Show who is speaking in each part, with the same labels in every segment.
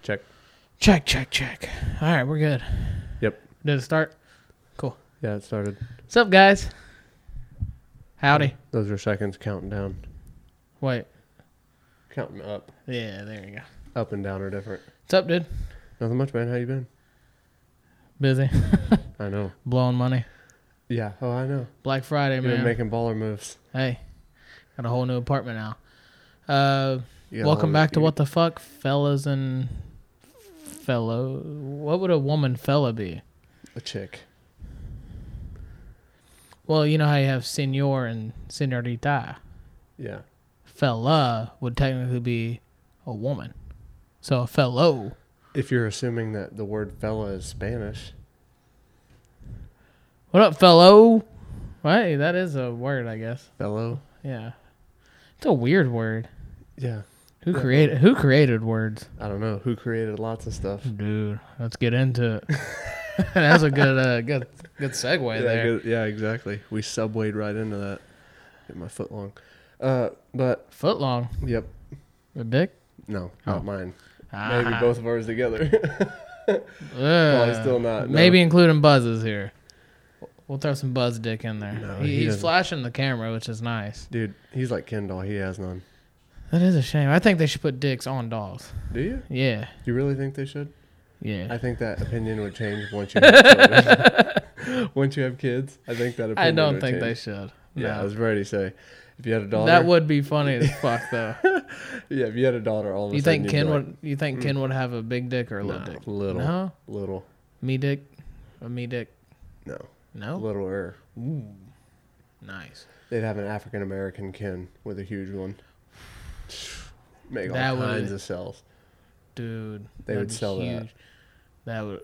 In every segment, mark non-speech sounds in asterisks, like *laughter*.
Speaker 1: Check.
Speaker 2: Check, check, check. All right, we're good.
Speaker 1: Yep.
Speaker 2: Did it start?
Speaker 1: Yeah, it started.
Speaker 2: What's up, guys? Howdy.
Speaker 1: Those are seconds counting down.
Speaker 2: Wait.
Speaker 1: Counting up.
Speaker 2: Yeah, there you go.
Speaker 1: Up and down are different.
Speaker 2: What's up, dude?
Speaker 1: Nothing much, man. How you been?
Speaker 2: Busy.
Speaker 1: I know.
Speaker 2: Blowing money.
Speaker 1: Yeah. Oh, I know.
Speaker 2: Black Friday,
Speaker 1: You've been
Speaker 2: man.
Speaker 1: making baller moves.
Speaker 2: Hey, got a whole new apartment now. Uh,
Speaker 1: You got a
Speaker 2: welcome
Speaker 1: whole-
Speaker 2: back to
Speaker 1: you-
Speaker 2: What the Fuck, fellas and fellow. What would a woman fella be?
Speaker 1: A chick.
Speaker 2: Well, you know how you have senor and senorita.
Speaker 1: Yeah.
Speaker 2: Fella would technically be a woman. So a fellow.
Speaker 1: If you're assuming that the word fella is Spanish,
Speaker 2: What up, fellow? Right, that is a word, I guess.
Speaker 1: fellow.
Speaker 2: Yeah, it's a weird word.
Speaker 1: Yeah.
Speaker 2: Who created Who created words?
Speaker 1: I don't know who created lots of stuff.
Speaker 2: Dude, let's get into *laughs* it. That's a good, uh, good, good segue
Speaker 1: yeah,
Speaker 2: there.
Speaker 1: good- yeah, exactly. We subwayed right into that. Get my foot long. Uh, but
Speaker 2: Foot long,
Speaker 1: yep.
Speaker 2: the dick. Ah.
Speaker 1: No,
Speaker 2: Oh.
Speaker 1: not mine. Maybe both of ours together. *laughs*
Speaker 2: Probably
Speaker 1: still not, no.
Speaker 2: Maybe including buzzes here. We'll throw some buzz dick in there.
Speaker 1: No,
Speaker 2: He-
Speaker 1: he
Speaker 2: he's
Speaker 1: doesn't.
Speaker 2: flashing the camera, which is nice.
Speaker 1: Dude, he's like Kendall. He has none.
Speaker 2: That is a shame. I think they should put dicks on dolls.
Speaker 1: Do you?
Speaker 2: Yeah,
Speaker 1: You really think they should?
Speaker 2: yeah.
Speaker 1: I think that opinion would change once you have
Speaker 2: *laughs*
Speaker 1: children. *laughs* once you have kids. I think that opinion
Speaker 2: I, don't
Speaker 1: would
Speaker 2: think they
Speaker 1: change.
Speaker 2: should.
Speaker 1: Yeah, I
Speaker 2: No.
Speaker 1: was ready to say. If you had a daughter,
Speaker 2: that would be funny as fuck *laughs* though.
Speaker 1: yeah. If you had a daughter, all of a
Speaker 2: You
Speaker 1: sudden
Speaker 2: think
Speaker 1: you'd
Speaker 2: Ken
Speaker 1: be like,
Speaker 2: would? You
Speaker 1: Mm.
Speaker 2: think Ken would have a big dick or a little
Speaker 1: "Nah,
Speaker 2: dick?
Speaker 1: little,
Speaker 2: No,
Speaker 1: little,
Speaker 2: me dick, a me dick.
Speaker 1: no,
Speaker 2: No,
Speaker 1: littler.
Speaker 2: nice.
Speaker 1: They'd have an African American Ken with a huge one. *sighs* Make all
Speaker 2: That would-
Speaker 1: kinds of cells.
Speaker 2: Dude,
Speaker 1: They would
Speaker 2: that'd be
Speaker 1: sell that.
Speaker 2: That would.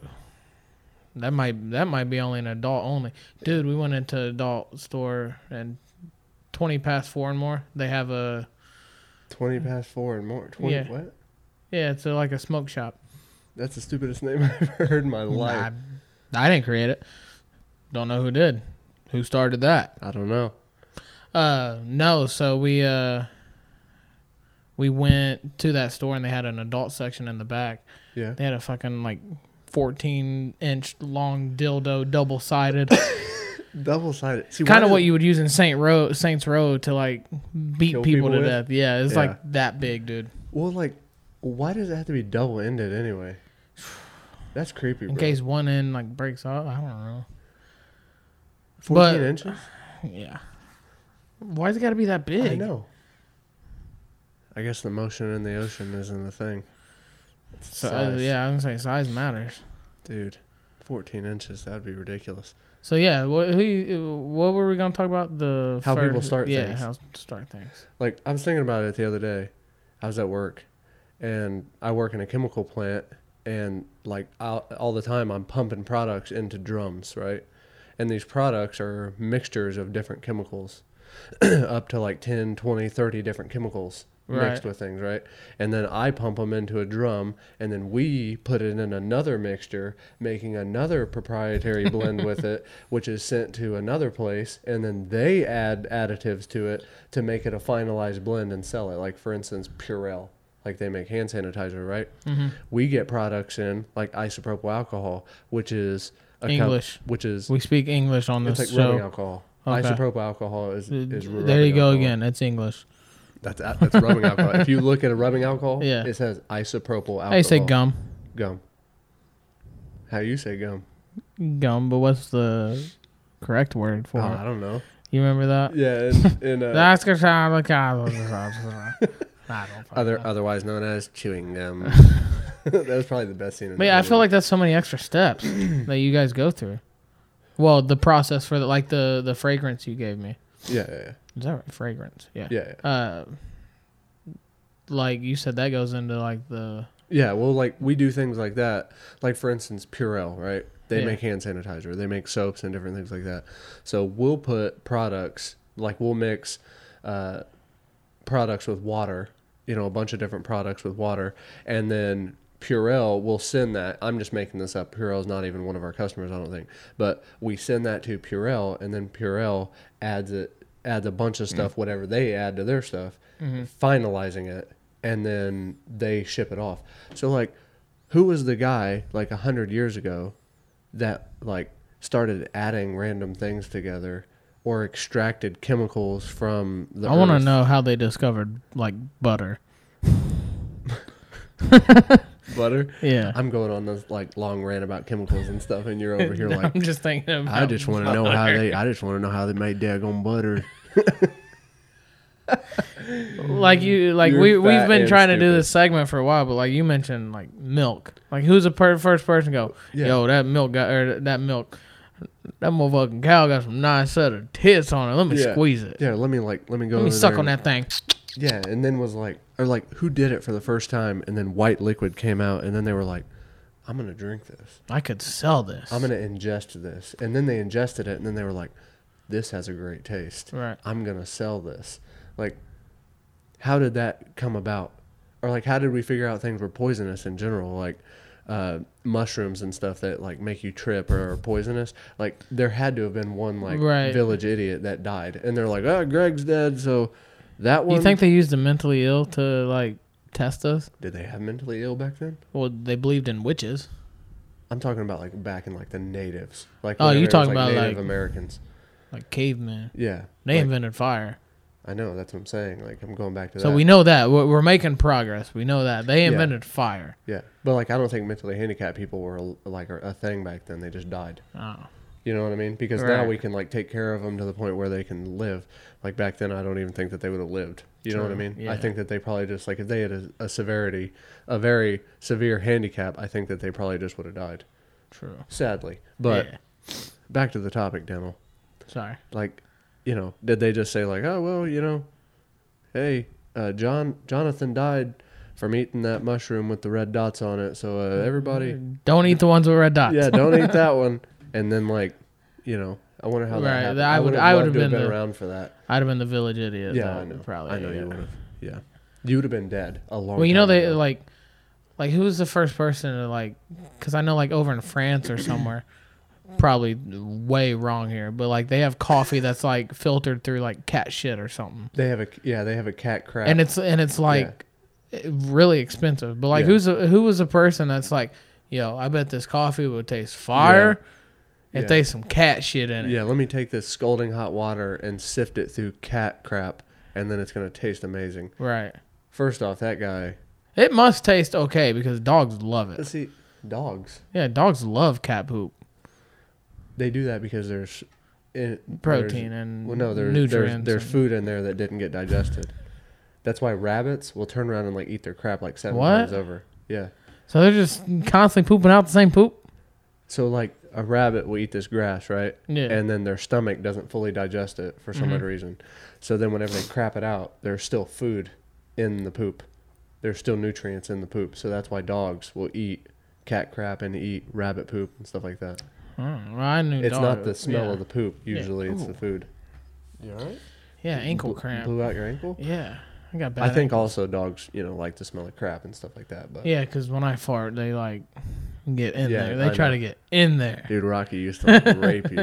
Speaker 2: That might that might be only an adult only. Dude, we went into adult store and twenty past four and more. They have a
Speaker 1: Twenty past four and more. Twenty
Speaker 2: Yeah.
Speaker 1: what?
Speaker 2: yeah, it's a, like a smoke shop.
Speaker 1: That's the stupidest *laughs* name I've ever heard in my life.
Speaker 2: I, I didn't create it. Don't know who did, who started that.
Speaker 1: I don't know.
Speaker 2: Uh, no. So we uh, we went to that store and they had an adult section in the back.
Speaker 1: Yeah.
Speaker 2: They had a fucking like fourteen inch long dildo, double
Speaker 1: *laughs*
Speaker 2: sided,
Speaker 1: Double sided. See, why
Speaker 2: kind of
Speaker 1: did-
Speaker 2: what you would use in Saint Ro- Saints Row to like beat
Speaker 1: Kill
Speaker 2: people,
Speaker 1: people
Speaker 2: to
Speaker 1: with?
Speaker 2: death. Yeah, it's
Speaker 1: Yeah.
Speaker 2: like that big, dude.
Speaker 1: Well, like, why does it have to be double ended anyway? That's creepy.
Speaker 2: In
Speaker 1: bro.
Speaker 2: case one end like breaks off, I don't know. *laughs*
Speaker 1: fourteen
Speaker 2: but-
Speaker 1: inches.
Speaker 2: Yeah. Why's it got to be that big?
Speaker 1: I know. I guess the motion in the ocean isn't the thing. It's
Speaker 2: So,
Speaker 1: size.
Speaker 2: uh, yeah, I'm gonna say size matters.
Speaker 1: dude, fourteen inches. That'd be ridiculous.
Speaker 2: So yeah, what who, what were we gonna talk about? The
Speaker 1: How
Speaker 2: fir-
Speaker 1: people start
Speaker 2: yeah,
Speaker 1: things.
Speaker 2: how to start things.
Speaker 1: Like, I was thinking about it the other day. I was at work, and I work in a chemical plant, and like all, all the time, I'm pumping products into drums, right? And these products are mixtures of different chemicals, up to like 10, 20, 30 different chemicals
Speaker 2: Right.
Speaker 1: mixed with things, right? And then I pump them into a drum, and then we put it in another mixture, making another proprietary
Speaker 2: *laughs*
Speaker 1: blend with it, which is sent to another place, and then they add additives to it to make it a finalized blend and sell it. Like, for instance, Purell. Like they make hand sanitizer, right?
Speaker 2: Mm-hmm.
Speaker 1: We get products in like isopropyl alcohol, which is a com-
Speaker 2: English.
Speaker 1: which is
Speaker 2: We speak English on
Speaker 1: it's
Speaker 2: this
Speaker 1: like rubbing
Speaker 2: show.
Speaker 1: alcohol.
Speaker 2: Okay.
Speaker 1: Isopropyl alcohol is,
Speaker 2: Uh,
Speaker 1: is
Speaker 2: There you
Speaker 1: rubbing
Speaker 2: go
Speaker 1: alcohol.
Speaker 2: again. It's English.
Speaker 1: That's that's rubbing alcohol. If
Speaker 2: *laughs*
Speaker 1: you look at a rubbing alcohol,
Speaker 2: Yeah.
Speaker 1: it says isopropyl alcohol.
Speaker 2: I say gum,
Speaker 1: Gum. How you say gum?
Speaker 2: gum, but what's the correct word for
Speaker 1: Oh,
Speaker 2: it?
Speaker 1: I don't
Speaker 2: *laughs*
Speaker 1: know.
Speaker 2: You remember that?
Speaker 1: Yeah, in, in uh,
Speaker 2: That's good. *laughs* I
Speaker 1: *laughs*
Speaker 2: don't fucking
Speaker 1: other uh,
Speaker 2: know.
Speaker 1: otherwise known as chewing
Speaker 2: *laughs*
Speaker 1: gum. that was probably the best scene. In
Speaker 2: But
Speaker 1: the
Speaker 2: yeah, I
Speaker 1: movie.
Speaker 2: feel like that's so many
Speaker 1: *clears throat*
Speaker 2: extra steps that you guys go through. Well, the process for the, like the the fragrance you gave me.
Speaker 1: yeah, yeah,
Speaker 2: Is that right? Fragrance. Yeah.
Speaker 1: yeah, yeah.
Speaker 2: Uh, like you said, that goes into like the
Speaker 1: Yeah, well, like we do things like that. Like for instance, Purell, right? They
Speaker 2: Yeah.
Speaker 1: make hand sanitizer, they make soaps and different things like that. So we'll put products like we'll mix uh, products with water, you know, a bunch of different products with water, and then Purell will send that. I'm just making this up. Purell is not even one of our customers, I don't think. But we send that to Purell, and then Purell adds it, adds a bunch of stuff, whatever they add to
Speaker 2: Mm-hmm.
Speaker 1: their stuff, finalizing it, and then they ship it off. So like, who was the guy like a hundred years ago that like started adding random things together or extracted chemicals from the
Speaker 2: I want to
Speaker 1: earth?
Speaker 2: know how they discovered like butter.
Speaker 1: butter.
Speaker 2: Yeah,
Speaker 1: *laughs* I'm going on this like long rant about chemicals and stuff, and you're over
Speaker 2: *laughs*
Speaker 1: here like,
Speaker 2: I'm just thinking about.
Speaker 1: I just want to know how they. I just want to know how they made daggone butter.
Speaker 2: *laughs* like you like
Speaker 1: You're
Speaker 2: we
Speaker 1: fat
Speaker 2: we've been
Speaker 1: and
Speaker 2: trying to do
Speaker 1: stupid.
Speaker 2: this segment for a while, but like you mentioned like milk. Like who's the per- first person to go?
Speaker 1: Yeah.
Speaker 2: Yo, that milk got or that milk. That motherfucking cow got some nice set of tits on it. Let me
Speaker 1: Yeah.
Speaker 2: squeeze it.
Speaker 1: Yeah, let me like let me go.
Speaker 2: Let me
Speaker 1: over
Speaker 2: suck
Speaker 1: there
Speaker 2: on
Speaker 1: and-
Speaker 2: that thing.
Speaker 1: Yeah, and then was like, or like, who did it for the first time? And then white liquid came out, and then they were like, I'm gonna drink this.
Speaker 2: I could sell this.
Speaker 1: I'm gonna ingest this. And then they ingested it, and then they were like, this has a great taste.
Speaker 2: right.
Speaker 1: I'm gonna sell this. Like, how did that come about? Or like, how did we figure out things were poisonous in general? Like, uh, mushrooms and stuff that like make you trip or are poisonous. Like, there had to have been one like
Speaker 2: Right.
Speaker 1: village idiot that died, and they're like, oh, Greg's dead, so that one.
Speaker 2: You think they used the mentally ill to like test us?
Speaker 1: Did they have mentally ill back then?
Speaker 2: Well, they believed in witches.
Speaker 1: I'm talking about like back in like the natives, like
Speaker 2: Oh,
Speaker 1: whenever
Speaker 2: you're
Speaker 1: it was,
Speaker 2: talking about,
Speaker 1: Native
Speaker 2: like-
Speaker 1: Americans.
Speaker 2: Like cavemen.
Speaker 1: Yeah,
Speaker 2: They
Speaker 1: like,
Speaker 2: invented fire.
Speaker 1: I know that's what I'm saying. Like I'm going back to
Speaker 2: So
Speaker 1: that.
Speaker 2: we know that. We're, we're making progress. We know that. They
Speaker 1: Yeah.
Speaker 2: invented fire.
Speaker 1: yeah, but like I don't think mentally handicapped people were like a thing back then. They just died.
Speaker 2: Oh.
Speaker 1: You know what I mean? Because now
Speaker 2: Right.
Speaker 1: we can like take care of them to the point where they can live. Like back then, I don't even think that they would have lived. You know what I
Speaker 2: True,
Speaker 1: mean?
Speaker 2: yeah.
Speaker 1: I think that they probably just like if they had a, a severity, a very severe handicap, I think that they probably just would have died.
Speaker 2: True.
Speaker 1: Sadly, but
Speaker 2: Yeah.
Speaker 1: back to the topic, Daniel.
Speaker 2: sorry.
Speaker 1: like you know did they just say like oh well you know hey uh, john jonathan died from eating that mushroom with the red dots on it so
Speaker 2: Oh,
Speaker 1: uh, everybody
Speaker 2: Don't eat the ones with red dots.
Speaker 1: yeah don't eat
Speaker 2: *laughs*
Speaker 1: that one and then like you know i wonder how that
Speaker 2: Right,
Speaker 1: happened.
Speaker 2: I would-
Speaker 1: would've
Speaker 2: I
Speaker 1: loved
Speaker 2: would've
Speaker 1: to have
Speaker 2: been the-
Speaker 1: around for that
Speaker 2: I'd have been the village idiot.
Speaker 1: yeah
Speaker 2: though,
Speaker 1: i know
Speaker 2: Probably.
Speaker 1: i know
Speaker 2: yeah.
Speaker 1: you would have yeah you would have been dead a long
Speaker 2: Well, you know
Speaker 1: time
Speaker 2: they
Speaker 1: ago.
Speaker 2: like, like who was the first person to like? Because I know like over in France or somewhere, probably way wrong here, but like they have coffee that's like filtered through like cat shit or something,
Speaker 1: they have a yeah they have a cat crap
Speaker 2: and it's and it's like really expensive. But like
Speaker 1: Yeah.
Speaker 2: who's a, who was the person that's like, yo, I bet this coffee would taste fire
Speaker 1: Yeah.
Speaker 2: if they some cat shit in it.
Speaker 1: yeah let me take this scalding hot water and sift it through cat crap and then it's going to taste amazing
Speaker 2: Right.
Speaker 1: first off that guy
Speaker 2: It must taste okay because dogs love it.
Speaker 1: Let's see, dogs.
Speaker 2: Yeah, dogs love cat poop.
Speaker 1: They do that because there's in,
Speaker 2: protein
Speaker 1: there's-
Speaker 2: and
Speaker 1: well, no, there's there's,
Speaker 2: nutrients.
Speaker 1: there's
Speaker 2: and-
Speaker 1: food in there that didn't get digested. That's why rabbits will turn around and like eat their crap like seven
Speaker 2: What?
Speaker 1: times over. Yeah.
Speaker 2: So they're just constantly pooping out the same poop.
Speaker 1: So like a rabbit will eat this grass, right?
Speaker 2: Yeah.
Speaker 1: And then their stomach doesn't fully digest it for some
Speaker 2: Mhm.
Speaker 1: odd reason. So then whenever they crap it out, there's still food in the poop. There's still nutrients in the poop. So that's why dogs will eat cat crap and eat rabbit poop and stuff like that.
Speaker 2: Hmm, well, I knew
Speaker 1: It's
Speaker 2: dog-
Speaker 1: not the smell
Speaker 2: yeah.
Speaker 1: of the poop.
Speaker 2: Yeah.
Speaker 1: Usually, it's the
Speaker 2: Ooh.
Speaker 1: food. You all right?
Speaker 2: yeah ankle cramp.
Speaker 1: Blew out your ankle.
Speaker 2: Yeah, I got bad.
Speaker 1: I think
Speaker 2: ankle-
Speaker 1: also dogs, you know, like to smell of crap and stuff like that. But
Speaker 2: Yeah, because when I fart, they like get in
Speaker 1: Yeah,
Speaker 2: there. They
Speaker 1: I
Speaker 2: try
Speaker 1: know.
Speaker 2: to get in there.
Speaker 1: dude, Rocky used to
Speaker 2: *laughs*
Speaker 1: like, rape you.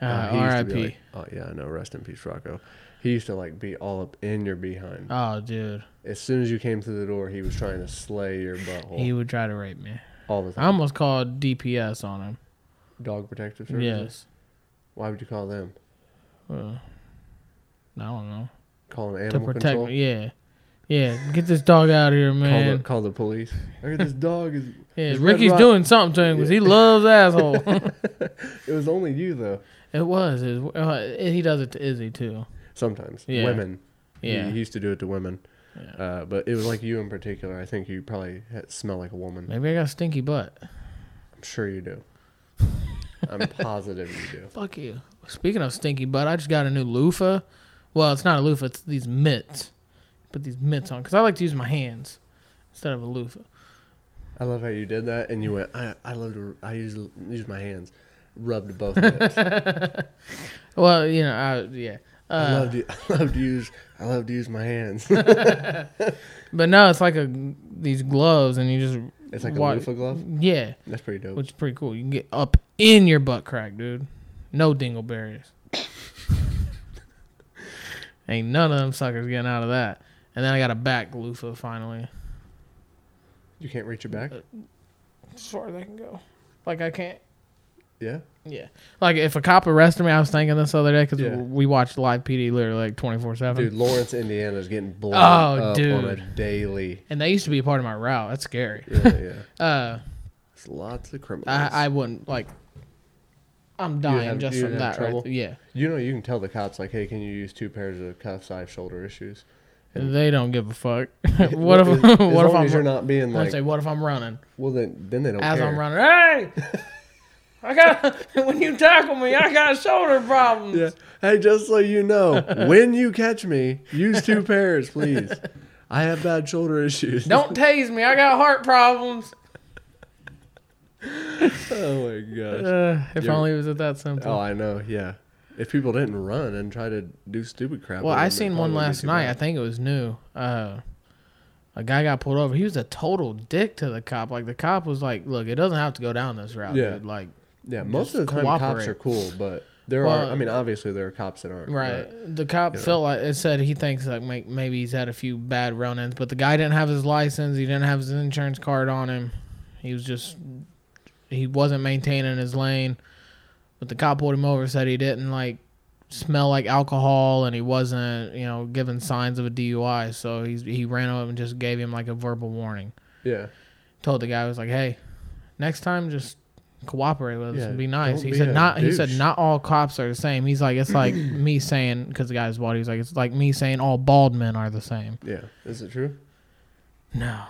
Speaker 2: Uh,
Speaker 1: Uh, he used to be
Speaker 2: R.I.P.
Speaker 1: like- oh yeah, I know. Rest in peace, Rocco. He used to like be all up in your behind.
Speaker 2: Oh, dude,
Speaker 1: as soon as you came through the door, he was trying to slay your butthole
Speaker 2: *laughs* he would try to rape me.
Speaker 1: all the
Speaker 2: I
Speaker 1: time.
Speaker 2: almost called DPS on him.
Speaker 1: Dog protective services.
Speaker 2: Yes.
Speaker 1: Why would you call them?
Speaker 2: Well, I don't know
Speaker 1: Call an
Speaker 2: to
Speaker 1: animal
Speaker 2: protect.
Speaker 1: control.
Speaker 2: Yeah, yeah. Get this dog out of here,
Speaker 1: Call
Speaker 2: man.
Speaker 1: the, call the police. Look at this dog. Is,
Speaker 2: Yeah,
Speaker 1: It's Red
Speaker 2: Ricky's
Speaker 1: Rock.
Speaker 2: doing something to him because he
Speaker 1: *laughs*
Speaker 2: loves asshole.
Speaker 1: it was only you though.
Speaker 2: it was. It was uh, he does it to Izzy too.
Speaker 1: Sometimes
Speaker 2: Yeah.
Speaker 1: women. He-
Speaker 2: Yeah.
Speaker 1: He, used to do it to women.
Speaker 2: Yeah.
Speaker 1: Uh, but it was like you in particular. I think you probably ha- smell like a woman.
Speaker 2: Maybe I got a stinky butt.
Speaker 1: I'm sure you
Speaker 2: *laughs*
Speaker 1: do. I'm positive you do.
Speaker 2: Fuck you. Speaking of stinky butt, I just got a new loofah. Well, it's not a loofah. It's these mitts. Put these mitts on because I like to use my hands instead of a loofah. *laughs*
Speaker 1: I love how you did that, and you went. I I love to. I use use my hands, rubbed both. Lips.
Speaker 2: Well, you know, I, yeah.
Speaker 1: I
Speaker 2: *laughs* Uh,
Speaker 1: love to. I love to use. I love to use my hands. *laughs*
Speaker 2: but no, it's like a these gloves, and you just
Speaker 1: it's like
Speaker 2: wa-
Speaker 1: a loofah glove.
Speaker 2: Yeah,
Speaker 1: That's pretty dope.
Speaker 2: which is pretty cool. You can get up in your butt crack, dude. No dingleberries. *laughs* Ain't none of them suckers getting out of that. And then I got a back loofah finally.
Speaker 1: You can't reach your
Speaker 2: Uh,
Speaker 1: back.
Speaker 2: as far as I can go. Like I can't.
Speaker 1: Yeah.
Speaker 2: Yeah. Like if a cop arrested me, I was thinking this the other day because
Speaker 1: Yeah.
Speaker 2: we watched live PD literally like twenty four
Speaker 1: Dude,
Speaker 2: seven.
Speaker 1: Lawrence, Indiana is getting blown
Speaker 2: uh, Oh,
Speaker 1: up on a
Speaker 2: dude.
Speaker 1: daily.
Speaker 2: And they used to be a part of my route. That's scary. *laughs*
Speaker 1: Yeah, yeah.
Speaker 2: Uh,
Speaker 1: It's lots of criminals.
Speaker 2: I, I wouldn't like. I'm dying
Speaker 1: have-
Speaker 2: just
Speaker 1: you'd
Speaker 2: from
Speaker 1: have
Speaker 2: that.
Speaker 1: trouble?
Speaker 2: Right? Yeah.
Speaker 1: you know, you can tell the cops like, "Hey, can you use two pairs of cuffs? I have shoulder issues." And-
Speaker 2: They don't give a fuck. *laughs* what if?
Speaker 1: As- as
Speaker 2: what if
Speaker 1: long
Speaker 2: I'm?
Speaker 1: as you're not being
Speaker 2: I
Speaker 1: like,
Speaker 2: say, what if I'm running?
Speaker 1: well, then then they don't
Speaker 2: As
Speaker 1: care.
Speaker 2: I'm running, hey, I got. *laughs* when you tackle me, I got shoulder problems.
Speaker 1: Yeah. Hey, just so you *laughs* know, when you catch me, use two pairs, *laughs* please. I have bad shoulder issues.
Speaker 2: Don't tase me. I got heart problems.
Speaker 1: *laughs* Oh my gosh.
Speaker 2: Uh, if
Speaker 1: You're-
Speaker 2: only it was at that simple.
Speaker 1: Oh, I know. Yeah. If people didn't run and try to do stupid crap.
Speaker 2: well,
Speaker 1: with
Speaker 2: I
Speaker 1: them, it
Speaker 2: seen
Speaker 1: probably
Speaker 2: one
Speaker 1: wouldn't be
Speaker 2: last
Speaker 1: too
Speaker 2: night. I
Speaker 1: bad.
Speaker 2: think it was new. Uh, a guy got pulled over. He was a total dick to the cop. Like the cop was like, "Look, it doesn't have to go down this route,
Speaker 1: Yeah.
Speaker 2: dude." Like,
Speaker 1: Yeah, most of the
Speaker 2: just
Speaker 1: time cops
Speaker 2: cooperate.
Speaker 1: are cool, but there
Speaker 2: Well-
Speaker 1: are. I mean, obviously there are cops that aren't.
Speaker 2: right?
Speaker 1: but-
Speaker 2: The cop
Speaker 1: you know.
Speaker 2: felt like it said he thinks like may- maybe he's had a few bad run-ins, but the guy didn't have his license. He didn't have his insurance card on him. He was just he wasn't maintaining his lane. But the cop pulled him over. Said he didn't like smell like alcohol and he wasn't you know giving signs of a DUI. So he he ran up and just gave him like a verbal warning.
Speaker 1: Yeah.
Speaker 2: Told the guy I was like, hey, next time just cooperate with us
Speaker 1: Yeah,
Speaker 2: and be nice.
Speaker 1: don't
Speaker 2: He
Speaker 1: be
Speaker 2: said
Speaker 1: a
Speaker 2: not. He said
Speaker 1: douche.
Speaker 2: not all cops are the same. He's like
Speaker 1: *clears throat*
Speaker 2: it's like me saying because the guy's bald. He's like it's like me saying all bald men are the same.
Speaker 1: Yeah. Is it true?
Speaker 2: No,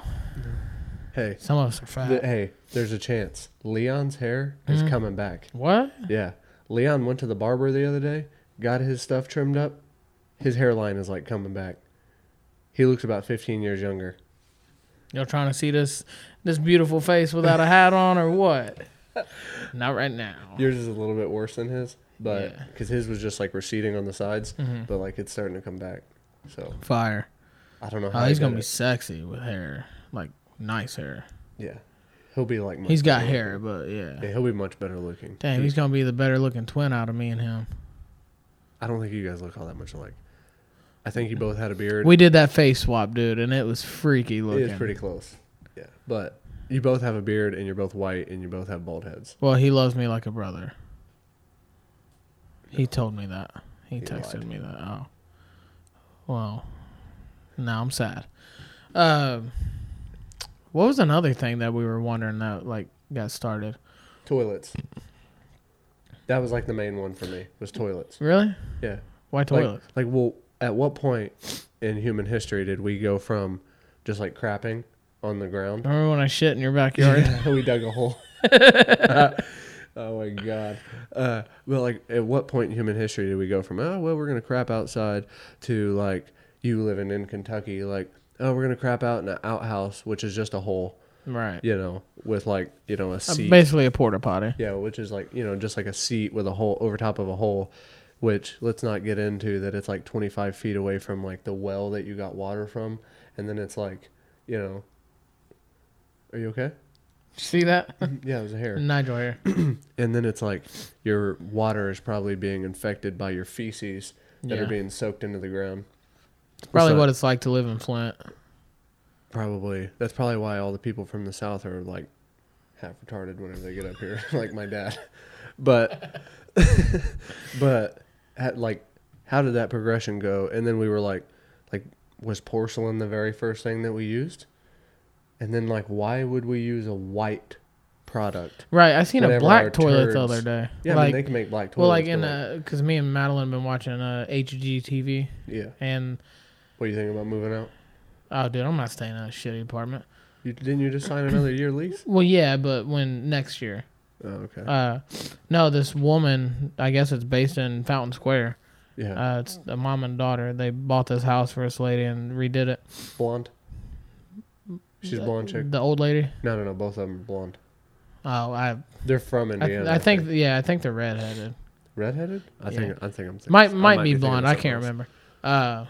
Speaker 1: Hey.
Speaker 2: some of us are fat.
Speaker 1: th- hey, there's a chance. Leon's hair is
Speaker 2: mm-hmm.
Speaker 1: coming back.
Speaker 2: what?
Speaker 1: Yeah. Leon went to the barber the other day, got his stuff trimmed up. His hairline is like coming back. He looks about 15 years younger.
Speaker 2: Y'all trying to see this this beautiful face without a hat on or
Speaker 1: *laughs*
Speaker 2: what? Not right now.
Speaker 1: Yours is a little bit worse than his, but
Speaker 2: Yeah. Mm-hmm.
Speaker 1: because his was just like receding on the sides, but like it's starting to come back. So
Speaker 2: Fire.
Speaker 1: I don't know how
Speaker 2: Oh, he's
Speaker 1: he did
Speaker 2: gonna be
Speaker 1: it.
Speaker 2: sexy with hair, like nice hair.
Speaker 1: Yeah, he'll be like. Much
Speaker 2: He's got
Speaker 1: better
Speaker 2: hair, but
Speaker 1: looking.
Speaker 2: yeah.
Speaker 1: Yeah, he'll be much better looking.
Speaker 2: Damn, he's gonna be the better looking twin out of me and him.
Speaker 1: I don't think you guys look all that much alike. I think you both had a beard.
Speaker 2: Mm. We did that face swap, dude, and it was freaky
Speaker 1: it
Speaker 2: looking.
Speaker 1: is pretty close. Yeah, but you both have a beard and you're both white and you both have bald heads.
Speaker 2: Well, he loves me like a brother. He told me that. He, texted
Speaker 1: lied.
Speaker 2: me that. Oh. Well, now I'm sad. Um, what was another thing that we were wondering that like got started?
Speaker 1: Toilets. That was like the main one for me was toilets.
Speaker 2: Really?
Speaker 1: Yeah.
Speaker 2: Why
Speaker 1: Like,
Speaker 2: toilet?
Speaker 1: like, well, at what point in human history did we go from just like crapping on the ground? *laughs*
Speaker 2: *laughs* Remember when I shit in your backyard?
Speaker 1: we dug a hole. oh my god. Uh, well, like, at what point in human history did we go from oh well we're gonna crap outside to like you living in Kentucky like oh we're gonna crap out in an outhouse which is just a hole
Speaker 2: *laughs* Right.
Speaker 1: you know with like you know a
Speaker 2: Uh,
Speaker 1: seat
Speaker 2: Basically a porta potty.
Speaker 1: yeah, which is like you know just like a seat with a hole over top of a hole, which let's not get into that. It's like 25 feet away from like the well that you got water from, and then it's like you know. Are you okay?
Speaker 2: See
Speaker 1: *laughs*
Speaker 2: that?
Speaker 1: yeah, it was a hair.
Speaker 2: Nigel here.
Speaker 1: And then it's like your water is probably being infected by your feces that
Speaker 2: Yeah.
Speaker 1: are being soaked into the ground.
Speaker 2: Probably
Speaker 1: So-
Speaker 2: what it's like to live in Flint.
Speaker 1: Probably that's probably why all the people from the south are like half retarded whenever they get up here, *laughs* like my dad. But *laughs* but had, like, how did that progression go? And then we were like, like was porcelain the very first thing that we used? And then like, why would we use a white product?
Speaker 2: Right. I seen
Speaker 1: Whenever
Speaker 2: a black
Speaker 1: our
Speaker 2: toilet the
Speaker 1: turds-
Speaker 2: other day.
Speaker 1: Yeah, I
Speaker 2: like,
Speaker 1: mean they can make black toilets.
Speaker 2: well, like
Speaker 1: but,
Speaker 2: in uh, because me and Madeline been watching uh HGTV
Speaker 1: yeah.
Speaker 2: and
Speaker 1: What do you think about moving out?
Speaker 2: Oh, dude, I'm not staying in a shitty apartment.
Speaker 1: You didn't you just sign another year lease?
Speaker 2: Well, yeah, but when next year?
Speaker 1: Oh, okay.
Speaker 2: Uh, no, this woman, I guess it's based in Fountain Square.
Speaker 1: yeah,
Speaker 2: Uh, it's a mom and daughter. They bought this house for this lady and redid it.
Speaker 1: blonde. She's a blonde chick.
Speaker 2: The old lady.
Speaker 1: No, no, no. Both of them are blonde.
Speaker 2: Oh, I,
Speaker 1: They're from
Speaker 2: I,
Speaker 1: Indiana.
Speaker 2: I think, yeah, I think they're redheaded.
Speaker 1: redheaded. I
Speaker 2: Yeah.
Speaker 1: think. I think I'm. Thinking,
Speaker 2: Might,
Speaker 1: I
Speaker 2: might,
Speaker 1: be
Speaker 2: be
Speaker 1: thinking
Speaker 2: blonde.
Speaker 1: of
Speaker 2: I
Speaker 1: something
Speaker 2: can't
Speaker 1: else.
Speaker 2: remember. Uh,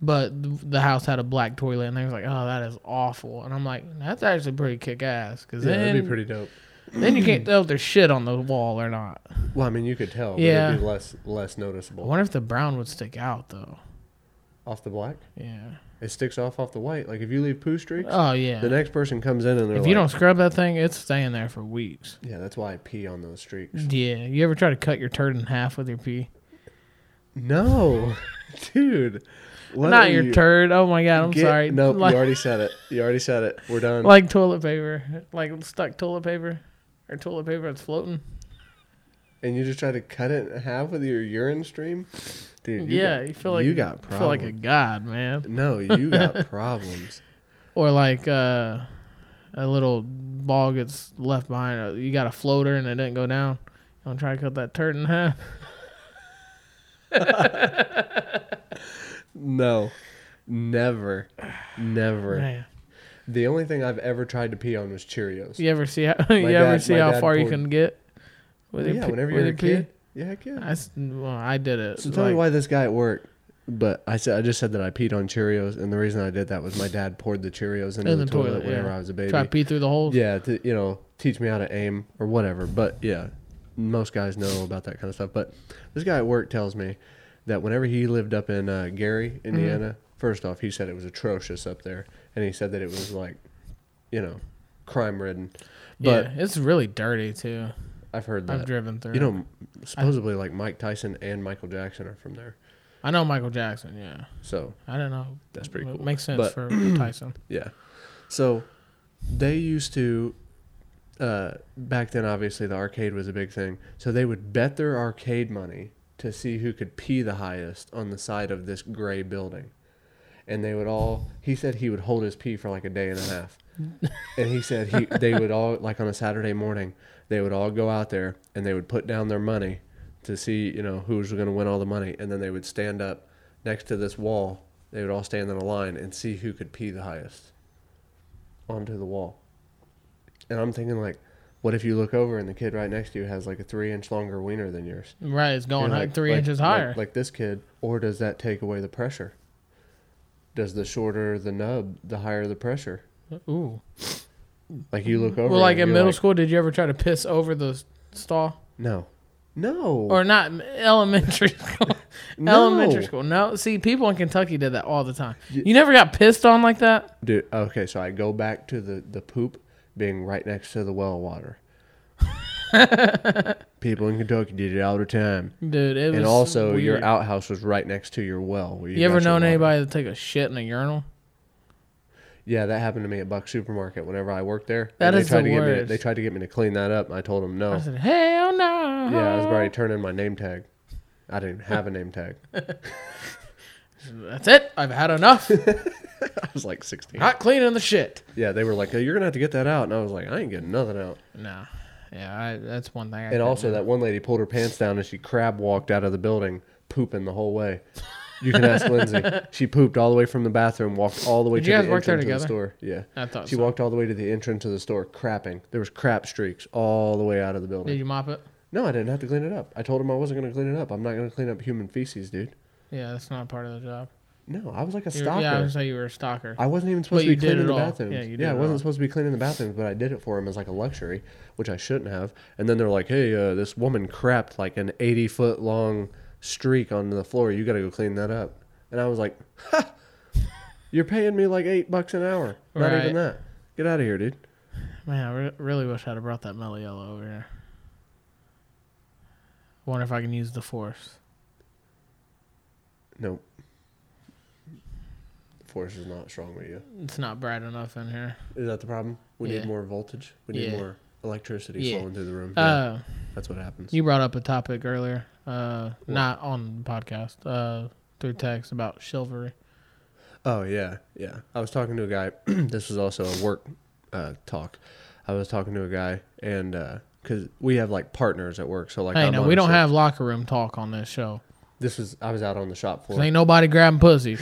Speaker 2: but th- the house had a black toilet, and they was like, "Oh, that is awful." And I'm like, "That's actually pretty kick ass." Because
Speaker 1: Yeah,
Speaker 2: then,
Speaker 1: that'd be pretty dope.
Speaker 2: then
Speaker 1: *clears throat*
Speaker 2: you can't tell if there's shit on the wall or not.
Speaker 1: Well, I mean, you could tell. But
Speaker 2: Yeah.
Speaker 1: It'd be less less
Speaker 2: I
Speaker 1: noticeable.
Speaker 2: wonder if the brown would stick out though.
Speaker 1: off the black.
Speaker 2: Yeah.
Speaker 1: It sticks off off the white. Like if you leave poo streaks,
Speaker 2: Oh yeah.
Speaker 1: the next person comes in and they're
Speaker 2: if
Speaker 1: like,
Speaker 2: you don't scrub that thing, it's staying there for weeks.
Speaker 1: yeah, that's why I pee on those streaks.
Speaker 2: Yeah. You ever try to cut your turd in half with your pee?
Speaker 1: No, *laughs* dude. What
Speaker 2: Not
Speaker 1: are
Speaker 2: your
Speaker 1: you-
Speaker 2: turd. Oh my god. I'm
Speaker 1: Get-
Speaker 2: sorry.
Speaker 1: Nope,
Speaker 2: like,
Speaker 1: you already said it. You already said it. We're done.
Speaker 2: like toilet paper, like stuck toilet paper, or toilet paper that's floating.
Speaker 1: and you just try to cut it in half with your urine stream, dude. You
Speaker 2: yeah.
Speaker 1: got,
Speaker 2: you feel like
Speaker 1: you got
Speaker 2: feel like
Speaker 1: problems.
Speaker 2: a god, man.
Speaker 1: no, you
Speaker 2: *laughs*
Speaker 1: got problems.
Speaker 2: Or like uh, a little ball gets left behind. or You got a floater and it didn't go down. You want to try to cut that turd in half?
Speaker 1: No, never, never.
Speaker 2: Man.
Speaker 1: The only thing I've ever tried to pee on was Cheerios.
Speaker 2: You ever see how *laughs* you ever
Speaker 1: dad-
Speaker 2: see
Speaker 1: my
Speaker 2: how
Speaker 1: dad
Speaker 2: far you
Speaker 1: poured-
Speaker 2: can get with your
Speaker 1: yeah,
Speaker 2: pee-
Speaker 1: whenever you're
Speaker 2: with
Speaker 1: a
Speaker 2: your pee?
Speaker 1: kid. Yeah, heck yeah.
Speaker 2: I, s- well, I did it.
Speaker 1: So tell me
Speaker 2: Uh, like-
Speaker 1: why this guy at work. But I said I just said that I peed on Cheerios, and the reason I did that was my dad poured the Cheerios into
Speaker 2: In
Speaker 1: the,
Speaker 2: the
Speaker 1: toilet,
Speaker 2: toilet,
Speaker 1: whenever
Speaker 2: yeah.
Speaker 1: I was a baby.
Speaker 2: Try to pee through the holes.
Speaker 1: yeah, to, you know, teach me how to aim or whatever. But yeah, most guys know about that kind of stuff. But this guy at work tells me that whenever he lived up in uh, Gary, Indiana, first off, he said it was atrocious up there, and he said that it was like, you know, crime ridden. But
Speaker 2: yeah, it's really dirty too.
Speaker 1: I've heard
Speaker 2: I've
Speaker 1: that.
Speaker 2: driven through.
Speaker 1: You
Speaker 2: it.
Speaker 1: know, supposedly like Mike Tyson and Michael Jackson are from there.
Speaker 2: I know Michael Jackson. Yeah,
Speaker 1: So
Speaker 2: I don't know.
Speaker 1: That's pretty
Speaker 2: It
Speaker 1: cool.
Speaker 2: Makes sense
Speaker 1: But- *clears throat*
Speaker 2: for Tyson.
Speaker 1: Yeah. So they used to uh, back then obviously the arcade was a big thing. So they would bet their arcade money to see who could pee the highest on the side of this gray building. And they would all he said he would hold his pee for like a day and a half. and he said he they would all like on a Saturday morning, they would all go out there and they would put down their money to see, you know, who was going to win all the money and then they would stand up next to this wall. They would all stand in a line and see who could pee the highest onto the wall. And I'm thinking like, what if you look over and the kid right next to you has like a three inch longer wiener than yours?
Speaker 2: Right, it's going
Speaker 1: You're
Speaker 2: like, three inches
Speaker 1: like-
Speaker 2: higher.
Speaker 1: Like, this kid. Or does that take away the pressure? Does the shorter the nub, the higher the pressure?
Speaker 2: Ooh.
Speaker 1: Like you look over.
Speaker 2: Well, like
Speaker 1: and
Speaker 2: in
Speaker 1: you're
Speaker 2: middle school, did you ever try to piss over the s- stall?
Speaker 1: No. No.
Speaker 2: Or not m- elementary *laughs* school?
Speaker 1: no.
Speaker 2: Elementary school. No, see, people in Kentucky did that all the time.
Speaker 1: Y-
Speaker 2: You never got pissed on like that.
Speaker 1: Dude, okay, so I go back to the, the poop being right next to the well
Speaker 2: *laughs*
Speaker 1: water. People in Kentucky did it all the time.
Speaker 2: Dude, it was
Speaker 1: And also,
Speaker 2: weird.
Speaker 1: your outhouse was right next to your well. where
Speaker 2: You, ever
Speaker 1: got your
Speaker 2: known
Speaker 1: water.
Speaker 2: anybody to take a shit in a urinal?
Speaker 1: Yeah, that happened to me at Buck Supermarket whenever I worked there.
Speaker 2: That
Speaker 1: and
Speaker 2: is
Speaker 1: they tried
Speaker 2: the
Speaker 1: to Get me to,
Speaker 2: worst.
Speaker 1: they tried to get me to clean that up, and I told them no.
Speaker 2: I said, hell no.
Speaker 1: yeah, I was already turning my name tag. I didn't have a name
Speaker 2: *laughs*
Speaker 1: tag.
Speaker 2: That's it. I've
Speaker 1: *laughs*
Speaker 2: had enough.
Speaker 1: I was like 16.
Speaker 2: Not cleaning the shit.
Speaker 1: Yeah, they were like, "Hey, "You're gonna have to get that out," and I was like, "I ain't getting nothing out."
Speaker 2: No. Yeah, I, that's one thing. I
Speaker 1: And also,
Speaker 2: couldn't
Speaker 1: that one lady pulled her pants down and she crab walked out of the building, pooping the whole way. You can ask
Speaker 2: *laughs*
Speaker 1: Lindsay. She pooped all the way from the bathroom, walked all the way
Speaker 2: Did
Speaker 1: to
Speaker 2: you
Speaker 1: the
Speaker 2: guys work
Speaker 1: entrance
Speaker 2: there
Speaker 1: of the
Speaker 2: together?
Speaker 1: store. Yeah,
Speaker 2: do. I thought
Speaker 1: she
Speaker 2: so.
Speaker 1: walked all the way to the entrance of the store, crapping. There was crap streaks all the way out of the building.
Speaker 2: Did you mop it?
Speaker 1: No, I didn't have to clean it up. I told him I wasn't going to clean it up. I'm not going to clean up human feces, dude.
Speaker 2: Yeah, that's not part of the job.
Speaker 1: No, I was like a
Speaker 2: You were-
Speaker 1: stalker.
Speaker 2: Yeah, I
Speaker 1: I,
Speaker 2: would
Speaker 1: was
Speaker 2: say you were a stalker.
Speaker 1: not even supposed
Speaker 2: But
Speaker 1: to be
Speaker 2: you did
Speaker 1: cleaning
Speaker 2: it
Speaker 1: the
Speaker 2: all.
Speaker 1: bathrooms.
Speaker 2: Yeah, you did
Speaker 1: I
Speaker 2: it
Speaker 1: wasn't
Speaker 2: all.
Speaker 1: supposed to be cleaning the bathrooms, but I did it for him as like a luxury, which I shouldn't have. And then they're like, "Hey, uh, this woman crapped like an 80 foot long streak onto the floor. You got to go clean that up." And I was like, "Ha! You're paying me like eight bucks an hour. Not
Speaker 2: Right.
Speaker 1: even that. Get out of here, dude."
Speaker 2: Man, I re- really wish I'd have brought that Meliello over here. Wonder if I can use the force.
Speaker 1: Nope. Force is not strong with you.
Speaker 2: It's not bright enough in here.
Speaker 1: Is that the problem? We
Speaker 2: Yeah.
Speaker 1: need more voltage. We need
Speaker 2: Yeah.
Speaker 1: more electricity
Speaker 2: Yeah.
Speaker 1: flowing through the room. Yeah,
Speaker 2: Uh,
Speaker 1: that's what happens.
Speaker 2: you brought up a topic earlier, uh, not on the podcast, uh, through text about chivalry.
Speaker 1: oh yeah, yeah. I was talking to a guy. *clears throat* this was also a work uh, talk. I was talking to a guy, and because we have like partners at work, so like
Speaker 2: hey,
Speaker 1: I'm
Speaker 2: no,
Speaker 1: on
Speaker 2: we
Speaker 1: a
Speaker 2: don't
Speaker 1: shift.
Speaker 2: have locker room talk on this show.
Speaker 1: This was I was out on the shop
Speaker 2: 'Cause
Speaker 1: floor.
Speaker 2: ain't nobody
Speaker 1: *laughs*
Speaker 2: grabbing pussies.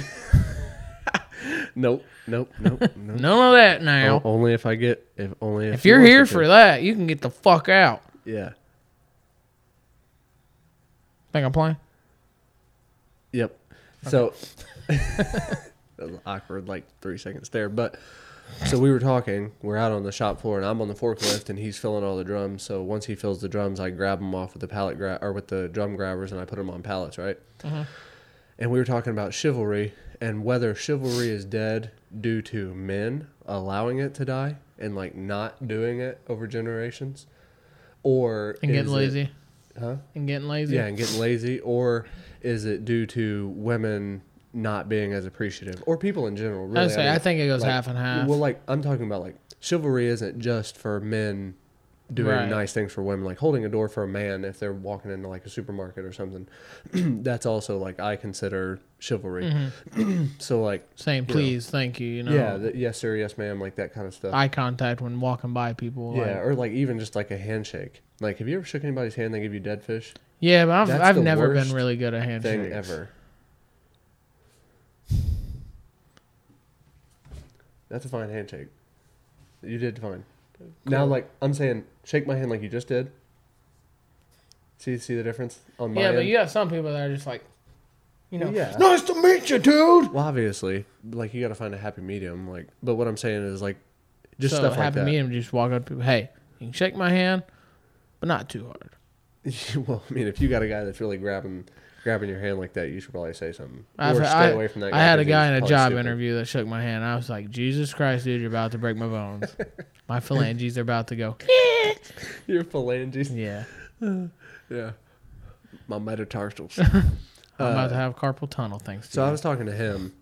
Speaker 1: Nope, nope, nope, nope.
Speaker 2: None of that *laughs* now.
Speaker 1: O- only if I get if only Oh, if,
Speaker 2: if
Speaker 1: he
Speaker 2: you're
Speaker 1: wants
Speaker 2: here
Speaker 1: to.
Speaker 2: for that, you can get the fuck out.
Speaker 1: yeah,
Speaker 2: Think I'm playing?
Speaker 1: Yep. So *laughs* that was awkward, like three seconds there. But so we were talking. We're out on the shop floor, and I'm on the forklift, and he's filling all the drums. So once he fills the drums, I grab them off with the pallet gra-
Speaker 2: Mm-hmm.
Speaker 1: or with the drum grabbers, and I put them on pallets, right? And we were talking about chivalry, and whether chivalry is dead due to men allowing it to die and like not doing it over generations, or
Speaker 2: and getting
Speaker 1: is it-
Speaker 2: lazy.
Speaker 1: huh?
Speaker 2: And getting lazy.
Speaker 1: Yeah, and getting lazy, or is it due to women not being as appreciative, or people in general? Really,
Speaker 2: I say
Speaker 1: mean,
Speaker 2: I think it goes
Speaker 1: like,
Speaker 2: half and half.
Speaker 1: Well, like I'm talking about, like chivalry isn't just for men doing
Speaker 2: Right.
Speaker 1: nice things for women, like holding a door for a man if they're walking into like a supermarket or something. *clears throat* That's also like I consider chivalry.
Speaker 2: Mm-hmm.
Speaker 1: *clears throat* so like,
Speaker 2: Saying
Speaker 1: you know.
Speaker 2: please, thank you. You know,
Speaker 1: yeah, the, yes sir, yes ma'am, like that kind of stuff.
Speaker 2: eye contact when walking by people.
Speaker 1: yeah,
Speaker 2: like-
Speaker 1: or like even just like a handshake. Like, have you ever shook anybody's hand? and They give you dead fish.
Speaker 2: yeah, but I've
Speaker 1: That's
Speaker 2: I've
Speaker 1: the
Speaker 2: never
Speaker 1: worst
Speaker 2: been really good at
Speaker 1: thing
Speaker 2: handshakes.
Speaker 1: ever. That's a fine handshake. You did fine. Now,
Speaker 2: Cool.
Speaker 1: like I'm saying, shake my hand like you just did. See, see the difference on my
Speaker 2: Yeah,
Speaker 1: end.
Speaker 2: but you have some people that are just like, you know,
Speaker 1: Well, yeah.
Speaker 2: nice to meet you, dude.
Speaker 1: Well, obviously, like you got to find a happy medium. Like, but what I'm saying is like, just
Speaker 2: so
Speaker 1: stuff like
Speaker 2: happy
Speaker 1: that.
Speaker 2: medium, just walk up to people. Hey, you can shake my hand, but not too
Speaker 1: *laughs*
Speaker 2: hard.
Speaker 1: well, I mean, if you got a guy that's really grabbing grabbing your hand like that, you should probably say something
Speaker 2: I've-
Speaker 1: or stay
Speaker 2: I-
Speaker 1: away from that.
Speaker 2: I had a
Speaker 1: 'cause he's
Speaker 2: guy in a
Speaker 1: probably
Speaker 2: job
Speaker 1: stupid. *laughs*
Speaker 2: interview that shook my hand. I was like, Jesus Christ, dude, you're about to break
Speaker 1: *laughs*
Speaker 2: my bones. my phalanges are about to go.
Speaker 1: Your phalanges.
Speaker 2: Yeah,
Speaker 1: Yeah. My metatarsals.
Speaker 2: *laughs* I'm
Speaker 1: Uh,
Speaker 2: about to have carpal tunnel thanks to
Speaker 1: So
Speaker 2: you.
Speaker 1: I was talking to him,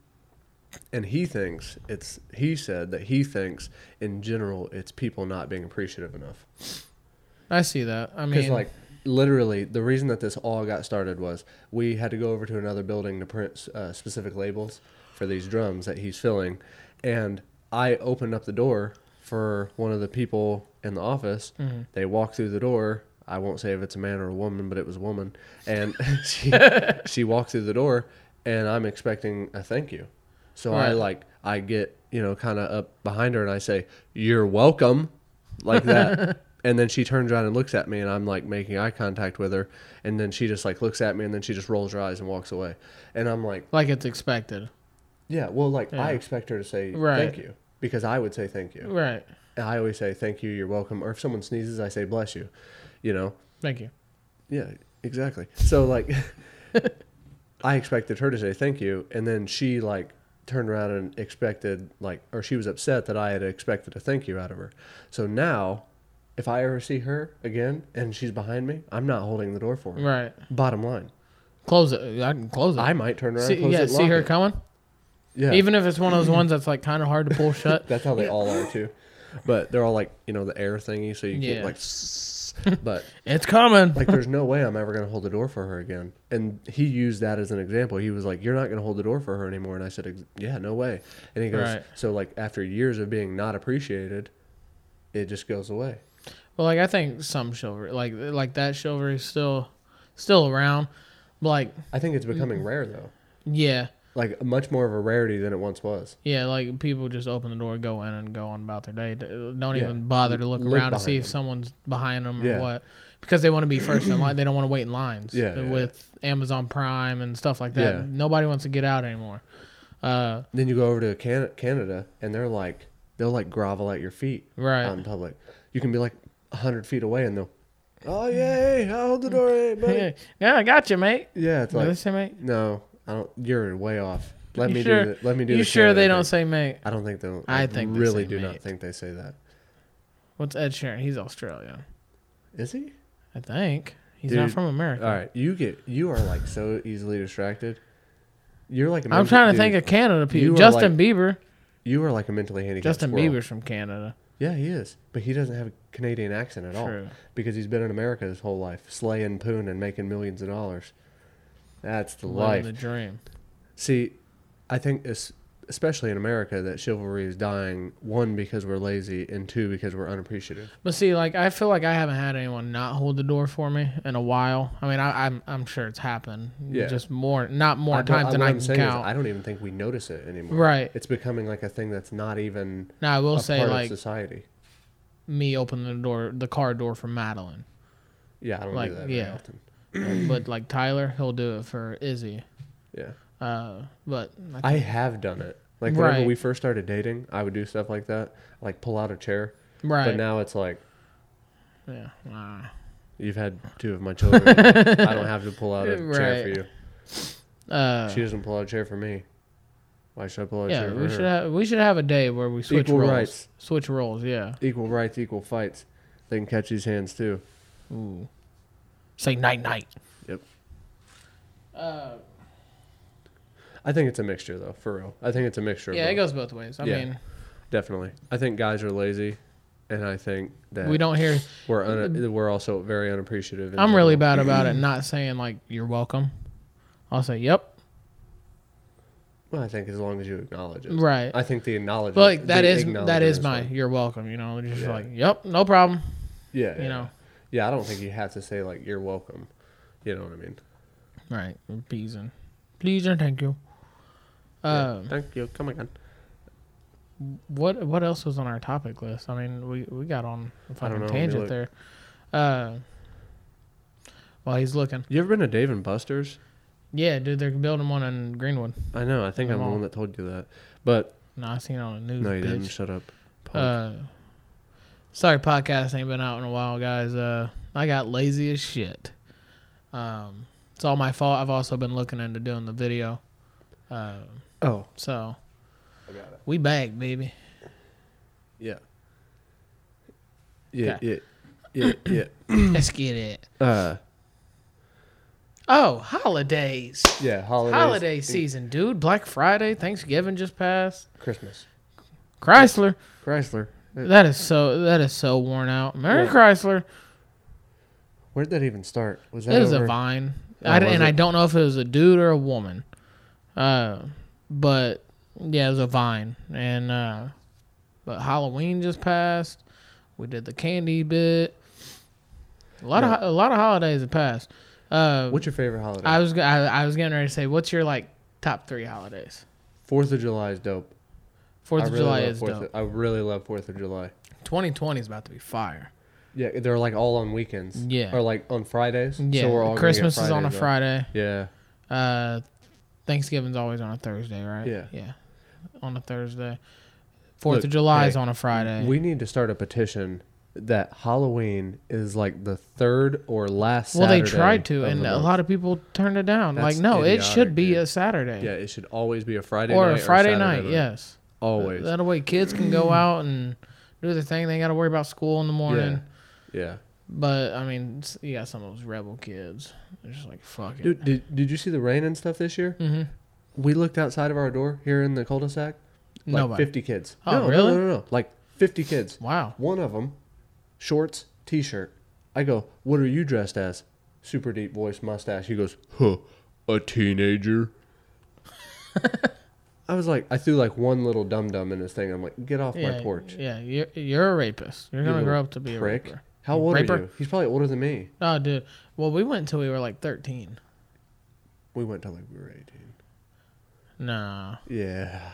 Speaker 1: and he thinks it's. He said that he thinks in general it's people not being appreciative enough.
Speaker 2: I see that. I
Speaker 1: Because
Speaker 2: mean,
Speaker 1: like literally, the reason that this all got started was we had to go over to another building to print uh, specific labels for these drums that he's filling, and I opened up the door for one of the people in the office. They walk through the door. I won't say if it's a man or a woman, but it was a woman, and *laughs* she she walked through the door, and I'm expecting a thank you. So I
Speaker 2: Right.
Speaker 1: like I get you know kind of up behind her and I say, "You're welcome," like that. and then she turns around and looks at me, and I'm like making eye contact with her, and then she just like looks at me, and then she just rolls her eyes and walks away. And I'm like,
Speaker 2: like it's expected,
Speaker 1: "Yeah, well, like I
Speaker 2: Yeah.
Speaker 1: expect her to say
Speaker 2: Right. Mm.
Speaker 1: thank you." Because I would say thank you.
Speaker 2: right?
Speaker 1: And I always say thank you, you're welcome. Or if someone sneezes, I say bless you. You know,
Speaker 2: Thank you.
Speaker 1: yeah, exactly. So like, *laughs* I expected her to say thank you, and then she like turned around and expected like, or she was upset that I had expected a thank you out of her. So now, if I ever see her again and she's behind me, I'm not holding the door for her.
Speaker 2: Right.
Speaker 1: Bottom line,
Speaker 2: Close it. I can close it.
Speaker 1: I might turn around.
Speaker 2: see,
Speaker 1: and close
Speaker 2: yeah,
Speaker 1: it and
Speaker 2: see
Speaker 1: lock
Speaker 2: her
Speaker 1: it.
Speaker 2: coming.
Speaker 1: Yeah,
Speaker 2: Even if it's one of those ones that's like kind of hard to pull shut.
Speaker 1: that's how they all are too. But they're all like you know the air thingy, so you
Speaker 2: Yeah.
Speaker 1: *laughs* get like, but
Speaker 2: *laughs* It's coming.
Speaker 1: like there's no way I'm ever gonna hold the door for her again. And he used that as an example. He was like, "You're not gonna hold the door for her anymore." And I said, "Ex- "Yeah, no way." And he goes,
Speaker 2: Right.
Speaker 1: "So like after years of being not appreciated, it just goes away."
Speaker 2: Well, like I think some chivalry, like like that chivalry, is still still around. But like
Speaker 1: I think it's
Speaker 2: Mm-hmm.
Speaker 1: becoming rare though,
Speaker 2: yeah,
Speaker 1: like much more of a rarity than it once was.
Speaker 2: yeah, like people just open the door, go in, and go on about their day. Don't
Speaker 1: Yeah.
Speaker 2: even bother to look,
Speaker 1: Look
Speaker 2: around to see
Speaker 1: behind
Speaker 2: if
Speaker 1: them.
Speaker 2: someone's behind them
Speaker 1: Yeah.
Speaker 2: or what, because they want to be first in line. They don't want to wait in lines.
Speaker 1: Yeah, yeah,
Speaker 2: with Amazon Prime and stuff like that,
Speaker 1: Yeah.
Speaker 2: nobody wants to get out anymore. Uh,
Speaker 1: Then you go over to Can- Canada, and they're like, they'll like grovel at your feet
Speaker 2: Right.
Speaker 1: out in public. You can be like hundred feet away, and they'll, "Oh yeah, hey, I hold
Speaker 2: *laughs*
Speaker 1: the door, hey, buddy."
Speaker 2: yeah, I got you, mate.
Speaker 1: yeah, it's
Speaker 2: What
Speaker 1: like
Speaker 2: they say, mate?
Speaker 1: No, I don't. You're way off. Let
Speaker 2: You
Speaker 1: me
Speaker 2: sure-
Speaker 1: do. The, let me do.
Speaker 2: You
Speaker 1: the
Speaker 2: sure they
Speaker 1: Canada thing.
Speaker 2: don't say mate?
Speaker 1: I don't think they.
Speaker 2: I
Speaker 1: I,
Speaker 2: think they
Speaker 1: really
Speaker 2: say
Speaker 1: do not
Speaker 2: mate.
Speaker 1: think they say that.
Speaker 2: What's Ed Sheeran? He's Australian,
Speaker 1: Is he?
Speaker 2: I think. He's not
Speaker 1: Dude,
Speaker 2: from America.
Speaker 1: All right, you get. You are like so easily distracted. You're like. a
Speaker 2: I'm
Speaker 1: men-
Speaker 2: trying to
Speaker 1: dude,
Speaker 2: think of Canada
Speaker 1: you
Speaker 2: people.
Speaker 1: are
Speaker 2: Justin
Speaker 1: like-
Speaker 2: Bieber.
Speaker 1: You are like a mentally handicapped.
Speaker 2: Justin
Speaker 1: squirrel.
Speaker 2: Bieber's from Canada.
Speaker 1: Yeah, he is, but he doesn't have a Canadian accent at all
Speaker 2: True.
Speaker 1: because he's been in America his whole life, slaying poon and making millions of dollars. That's the
Speaker 2: Living
Speaker 1: life.
Speaker 2: the dream.
Speaker 1: See, I think es- especially in America that chivalry is dying. One because we're lazy, and two because we're unappreciative.
Speaker 2: But see, like I feel like I haven't had anyone not hold the door for me in a while. I mean, I, I'm I'm sure it's happened.
Speaker 1: Yeah.
Speaker 2: Just more, not more
Speaker 1: I don't-
Speaker 2: times than
Speaker 1: what
Speaker 2: I
Speaker 1: I'm
Speaker 2: can
Speaker 1: saying is
Speaker 2: count.
Speaker 1: I don't even think we notice it anymore.
Speaker 2: right.
Speaker 1: It's becoming like a thing that's not even
Speaker 2: Now I will
Speaker 1: a
Speaker 2: say,
Speaker 1: part
Speaker 2: like
Speaker 1: of society.
Speaker 2: me opening the door, the car door
Speaker 1: *clears throat*
Speaker 2: for Madeline,
Speaker 1: Yeah, I don't
Speaker 2: like,
Speaker 1: do that very
Speaker 2: yeah.
Speaker 1: often.
Speaker 2: but like Tyler, he'll do it for Izzy.
Speaker 1: Yeah,
Speaker 2: Uh, but
Speaker 1: I have done it. Like whenever
Speaker 2: Right.
Speaker 1: we first started dating, I would do stuff like that, like pull out a chair.
Speaker 2: right.
Speaker 1: But now it's like
Speaker 2: yeah. Ah.
Speaker 1: you've had two of my children. I don't have to pull out a chair for
Speaker 2: *laughs* Right.
Speaker 1: you.
Speaker 2: Uh,
Speaker 1: She doesn't pull out a chair for me. Why should I pull out a
Speaker 2: yeah,
Speaker 1: chair for
Speaker 2: we
Speaker 1: her?
Speaker 2: should have we should have a day where we switch
Speaker 1: Equal
Speaker 2: roles.
Speaker 1: rights.
Speaker 2: Switch roles, yeah.
Speaker 1: equal rights, equal fights. They can catch these hands too.
Speaker 2: Ooh. Say night night.
Speaker 1: Yep.
Speaker 2: Uh,
Speaker 1: I think it's a mixture though, for real. I think it's a mixture. of
Speaker 2: yeah, it
Speaker 1: both.
Speaker 2: goes both ways. I
Speaker 1: Yeah.
Speaker 2: mean,
Speaker 1: definitely. I think guys are lazy, and I think that
Speaker 2: we don't hear.
Speaker 1: We're un- we're also very unappreciative. in
Speaker 2: I'm really
Speaker 1: general.
Speaker 2: bad
Speaker 1: *clears throat*
Speaker 2: about it not saying like you're welcome. I'll say yep,
Speaker 1: Well, I think as long as you acknowledge it,
Speaker 2: right.
Speaker 1: I think the acknowledgement.
Speaker 2: but like that
Speaker 1: the
Speaker 2: is that
Speaker 1: acknowledgement
Speaker 2: is my
Speaker 1: fine.
Speaker 2: you're welcome. You know, just
Speaker 1: Yeah.
Speaker 2: like yep, no problem.
Speaker 1: Yeah, yeah,
Speaker 2: You know,
Speaker 1: Yeah, I don't think you have to say like you're welcome. You know what I mean?
Speaker 2: right? Please and please and thank you.
Speaker 1: Yeah.
Speaker 2: Um,
Speaker 1: Thank you. Come again.
Speaker 2: what what else was on our topic list? I mean, we we got on a fucking
Speaker 1: know, let me
Speaker 2: tangent
Speaker 1: look.
Speaker 2: there. Uh, while he's looking,
Speaker 1: You ever been to Dave and Buster's?
Speaker 2: yeah, dude, they're building one in Greenwood.
Speaker 1: I know. I think
Speaker 2: No.
Speaker 1: I'm the one that told you that, but
Speaker 2: No, I seen it on the news.
Speaker 1: no, you
Speaker 2: bitch.
Speaker 1: didn't. Shut up. punk.
Speaker 2: Uh, sorry, podcast ain't been out in a while, guys. Uh, I got lazy as shit. Um, it's all my fault. I've also been looking into doing the video. Uh,
Speaker 1: oh,
Speaker 2: so
Speaker 1: I got it.
Speaker 2: we back,
Speaker 1: *clears throat*
Speaker 2: baby.
Speaker 1: Yeah. Yeah,
Speaker 2: Okay.
Speaker 1: yeah,
Speaker 2: *coughs*
Speaker 1: yeah,
Speaker 2: Let's get it.
Speaker 1: yeah. Uh,
Speaker 2: Oh, holidays.
Speaker 1: yeah. Holidays,
Speaker 2: Holiday
Speaker 1: and
Speaker 2: season, dude. Black Friday, Thanksgiving just passed.
Speaker 1: Christmas.
Speaker 2: Chrysler.
Speaker 1: Chrysler. Uh,
Speaker 2: That is so that is so worn out. Merry
Speaker 1: Yeah.
Speaker 2: Chrysler.
Speaker 1: Where'd that even start? Was that
Speaker 2: It was a
Speaker 1: over-
Speaker 2: vine.
Speaker 1: Oh,
Speaker 2: I d
Speaker 1: was
Speaker 2: and I
Speaker 1: it?
Speaker 2: don't know if it was a dude or a woman. Uh, but yeah, it was a vine. And uh, but Halloween just passed. We did the candy bit. A lot of ho- a lot of holidays have passed. Uh,
Speaker 1: What's your favorite holiday?
Speaker 2: I was g- I, I was getting ready to say, what's your like top three holidays?
Speaker 1: Fourth of July is dope.
Speaker 2: Fourth
Speaker 1: I
Speaker 2: of
Speaker 1: really
Speaker 2: July
Speaker 1: love
Speaker 2: is
Speaker 1: Fourth
Speaker 2: dope.
Speaker 1: Of, I really love Fourth of July.
Speaker 2: 2020 is about to be fire.
Speaker 1: Yeah, they're like all on weekends.
Speaker 2: Yeah.
Speaker 1: Or like on Fridays.
Speaker 2: Yeah,
Speaker 1: So we're all gonna get
Speaker 2: Christmas is on a
Speaker 1: Fridays off.
Speaker 2: Friday.
Speaker 1: Yeah.
Speaker 2: Uh, Thanksgiving's always on a Thursday, right?
Speaker 1: Yeah.
Speaker 2: Yeah, on a Thursday. Fourth
Speaker 1: Look,
Speaker 2: of July
Speaker 1: hey,
Speaker 2: is on a Friday.
Speaker 1: We need to start a petition that Halloween is like the third or last.
Speaker 2: well, they
Speaker 1: Saturday
Speaker 2: tried to,
Speaker 1: of
Speaker 2: and
Speaker 1: the
Speaker 2: a
Speaker 1: month.
Speaker 2: lot of people turned it down.
Speaker 1: That's
Speaker 2: like, no, it should
Speaker 1: idiotic,
Speaker 2: be
Speaker 1: dude.
Speaker 2: a Saturday
Speaker 1: Yeah, it should always be a Friday
Speaker 2: or
Speaker 1: night
Speaker 2: a Friday
Speaker 1: Saturday
Speaker 2: night. Yes,
Speaker 1: Always.
Speaker 2: That way, kids
Speaker 1: *clears throat*
Speaker 2: can go out and do their thing. They got to worry about school in the morning.
Speaker 1: Yeah. Yeah.
Speaker 2: But I mean, s- you got some of those rebel kids. They're just like, fuck it.
Speaker 1: Dude, did, did you see the rain and stuff this year?
Speaker 2: hmm
Speaker 1: We looked outside of our door here in the cul-de-sac. Like
Speaker 2: Nobody.
Speaker 1: 50 kids.
Speaker 2: Oh,
Speaker 1: no, no,
Speaker 2: really?
Speaker 1: No, no, no. Like 50 kids.
Speaker 2: Wow.
Speaker 1: One of them, shorts, t-shirt. I go, "What are you dressed as?" Super deep voice, mustache. He goes, "Huh, a
Speaker 2: *laughs*
Speaker 1: teenager." I was like, I threw like one little dum dum in this thing. I'm like, "Get off
Speaker 2: yeah,
Speaker 1: my porch,
Speaker 2: Yeah, you're, you're a rapist. You're
Speaker 1: You
Speaker 2: gonna
Speaker 1: little
Speaker 2: grow up to be a
Speaker 1: prick!"
Speaker 2: raper.
Speaker 1: How old
Speaker 2: Raper?
Speaker 1: are you? He's probably older than me.
Speaker 2: Oh, dude. Well, we went until we were like 13.
Speaker 1: We went till like we were 18.
Speaker 2: Nah,
Speaker 1: Yeah,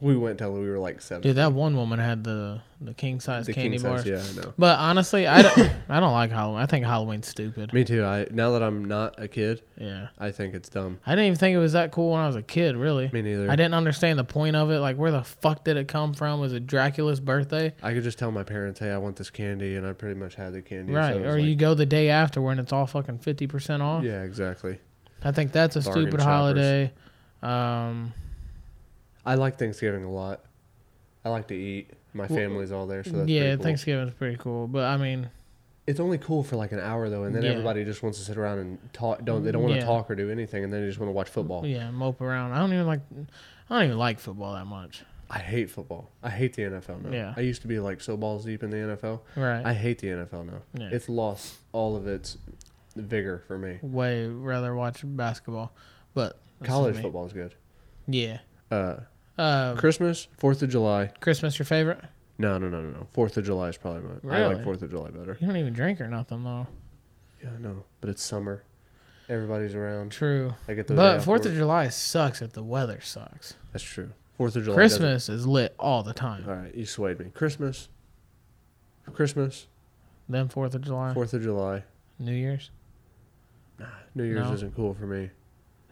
Speaker 1: we went till we were like seven.
Speaker 2: dude, that one woman had the the king size
Speaker 1: the
Speaker 2: candy
Speaker 1: king
Speaker 2: bar.
Speaker 1: size. Yeah, I know.
Speaker 2: But honestly,
Speaker 1: *coughs*
Speaker 2: I don't, I don't like Halloween. I think Halloween's stupid.
Speaker 1: Me too. I now that I'm not a kid,
Speaker 2: Yeah,
Speaker 1: I think it's dumb.
Speaker 2: I didn't even think it was that cool when I was a kid. Really,
Speaker 1: Me neither.
Speaker 2: I didn't understand the point of it. Like, where the fuck did it come from? Was it Dracula's birthday?
Speaker 1: I could just tell my parents, "Hey, I want this candy," and I pretty much had the candy. so
Speaker 2: Right,
Speaker 1: it was
Speaker 2: or
Speaker 1: like-
Speaker 2: you go the day after when it's all fucking fifty percent off.
Speaker 1: Yeah, exactly.
Speaker 2: I think that's a
Speaker 1: Bargain
Speaker 2: stupid
Speaker 1: shoppers.
Speaker 2: holiday. Um,
Speaker 1: I like Thanksgiving a lot. I like to eat. My
Speaker 2: Well,
Speaker 1: family's all there, so that's
Speaker 2: yeah,
Speaker 1: pretty cool.
Speaker 2: Thanksgiving's pretty cool, but I mean,
Speaker 1: It's only cool for like an hour though, and then
Speaker 2: Yeah.
Speaker 1: everybody just wants to sit around and talk. Don't they don't want to
Speaker 2: Yeah.
Speaker 1: talk or do anything, and then they just want to watch football.
Speaker 2: yeah, mope around. I don't even like, I don't even like football that much.
Speaker 1: I hate football. I hate the NFL now.
Speaker 2: Yeah.
Speaker 1: I used to be like so balls deep in the NFL.
Speaker 2: Right.
Speaker 1: I hate the NFL now.
Speaker 2: Yeah.
Speaker 1: It's lost all of its vigor for me.
Speaker 2: way rather watch basketball, but that's just
Speaker 1: College
Speaker 2: me.
Speaker 1: football is good.
Speaker 2: Yeah.
Speaker 1: Uh,
Speaker 2: Uh,
Speaker 1: Christmas, Fourth of July.
Speaker 2: Christmas your favorite?
Speaker 1: No, no, no, no, no. Fourth of July is probably my. I
Speaker 2: Really?
Speaker 1: like Fourth of July better.
Speaker 2: You don't even drink or nothing though.
Speaker 1: Yeah, I know, but it's summer. Everybody's around.
Speaker 2: True.
Speaker 1: I get the day
Speaker 2: But
Speaker 1: off
Speaker 2: Fourth
Speaker 1: work.
Speaker 2: of July sucks if the weather sucks.
Speaker 1: That's true. Fourth of July. doesn't-
Speaker 2: Christmas is lit all the time.
Speaker 1: All right, you swayed me. Christmas. Christmas.
Speaker 2: Then Fourth of July,
Speaker 1: Fourth of July.
Speaker 2: New Year's.
Speaker 1: New Year's
Speaker 2: No.
Speaker 1: isn't cool for me.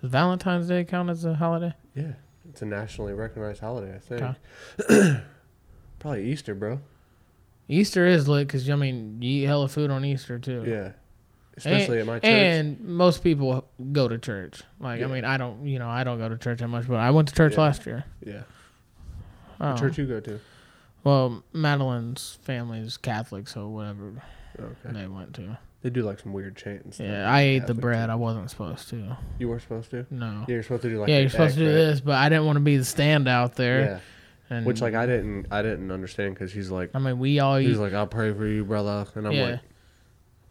Speaker 2: Does Valentine's Day count as a holiday?
Speaker 1: Yeah, it's a nationally recognized holiday. I think.
Speaker 2: Okay.
Speaker 1: *clears throat* Probably Easter, bro.
Speaker 2: Easter is lit because I mean you eat hella food on Easter too.
Speaker 1: Yeah. especially
Speaker 2: and,
Speaker 1: at my church.
Speaker 2: And most people go to church. Like
Speaker 1: Yeah.
Speaker 2: I mean, I don't. You know, I don't go to church that much, but I went to church
Speaker 1: Yeah.
Speaker 2: last year.
Speaker 1: yeah,
Speaker 2: Oh.
Speaker 1: what church you go to?
Speaker 2: Well, Madeline's family is Catholic, so whatever
Speaker 1: Oh, Okay,
Speaker 2: they went to.
Speaker 1: they do like some weird chants.
Speaker 2: Yeah, I ate the
Speaker 1: Catholic
Speaker 2: bread. I wasn't supposed to.
Speaker 1: You were supposed to.
Speaker 2: No.
Speaker 1: Yeah, you're supposed to do like
Speaker 2: yeah,
Speaker 1: the
Speaker 2: you're supposed to do
Speaker 1: egg, right?
Speaker 2: this, but I didn't want to be the standout there. And
Speaker 1: Yeah, which like I didn't I didn't understand because he's like
Speaker 2: I mean, we all eat.
Speaker 1: he's like I'll pray for you, brother, and I'm
Speaker 2: Oh, yeah.
Speaker 1: like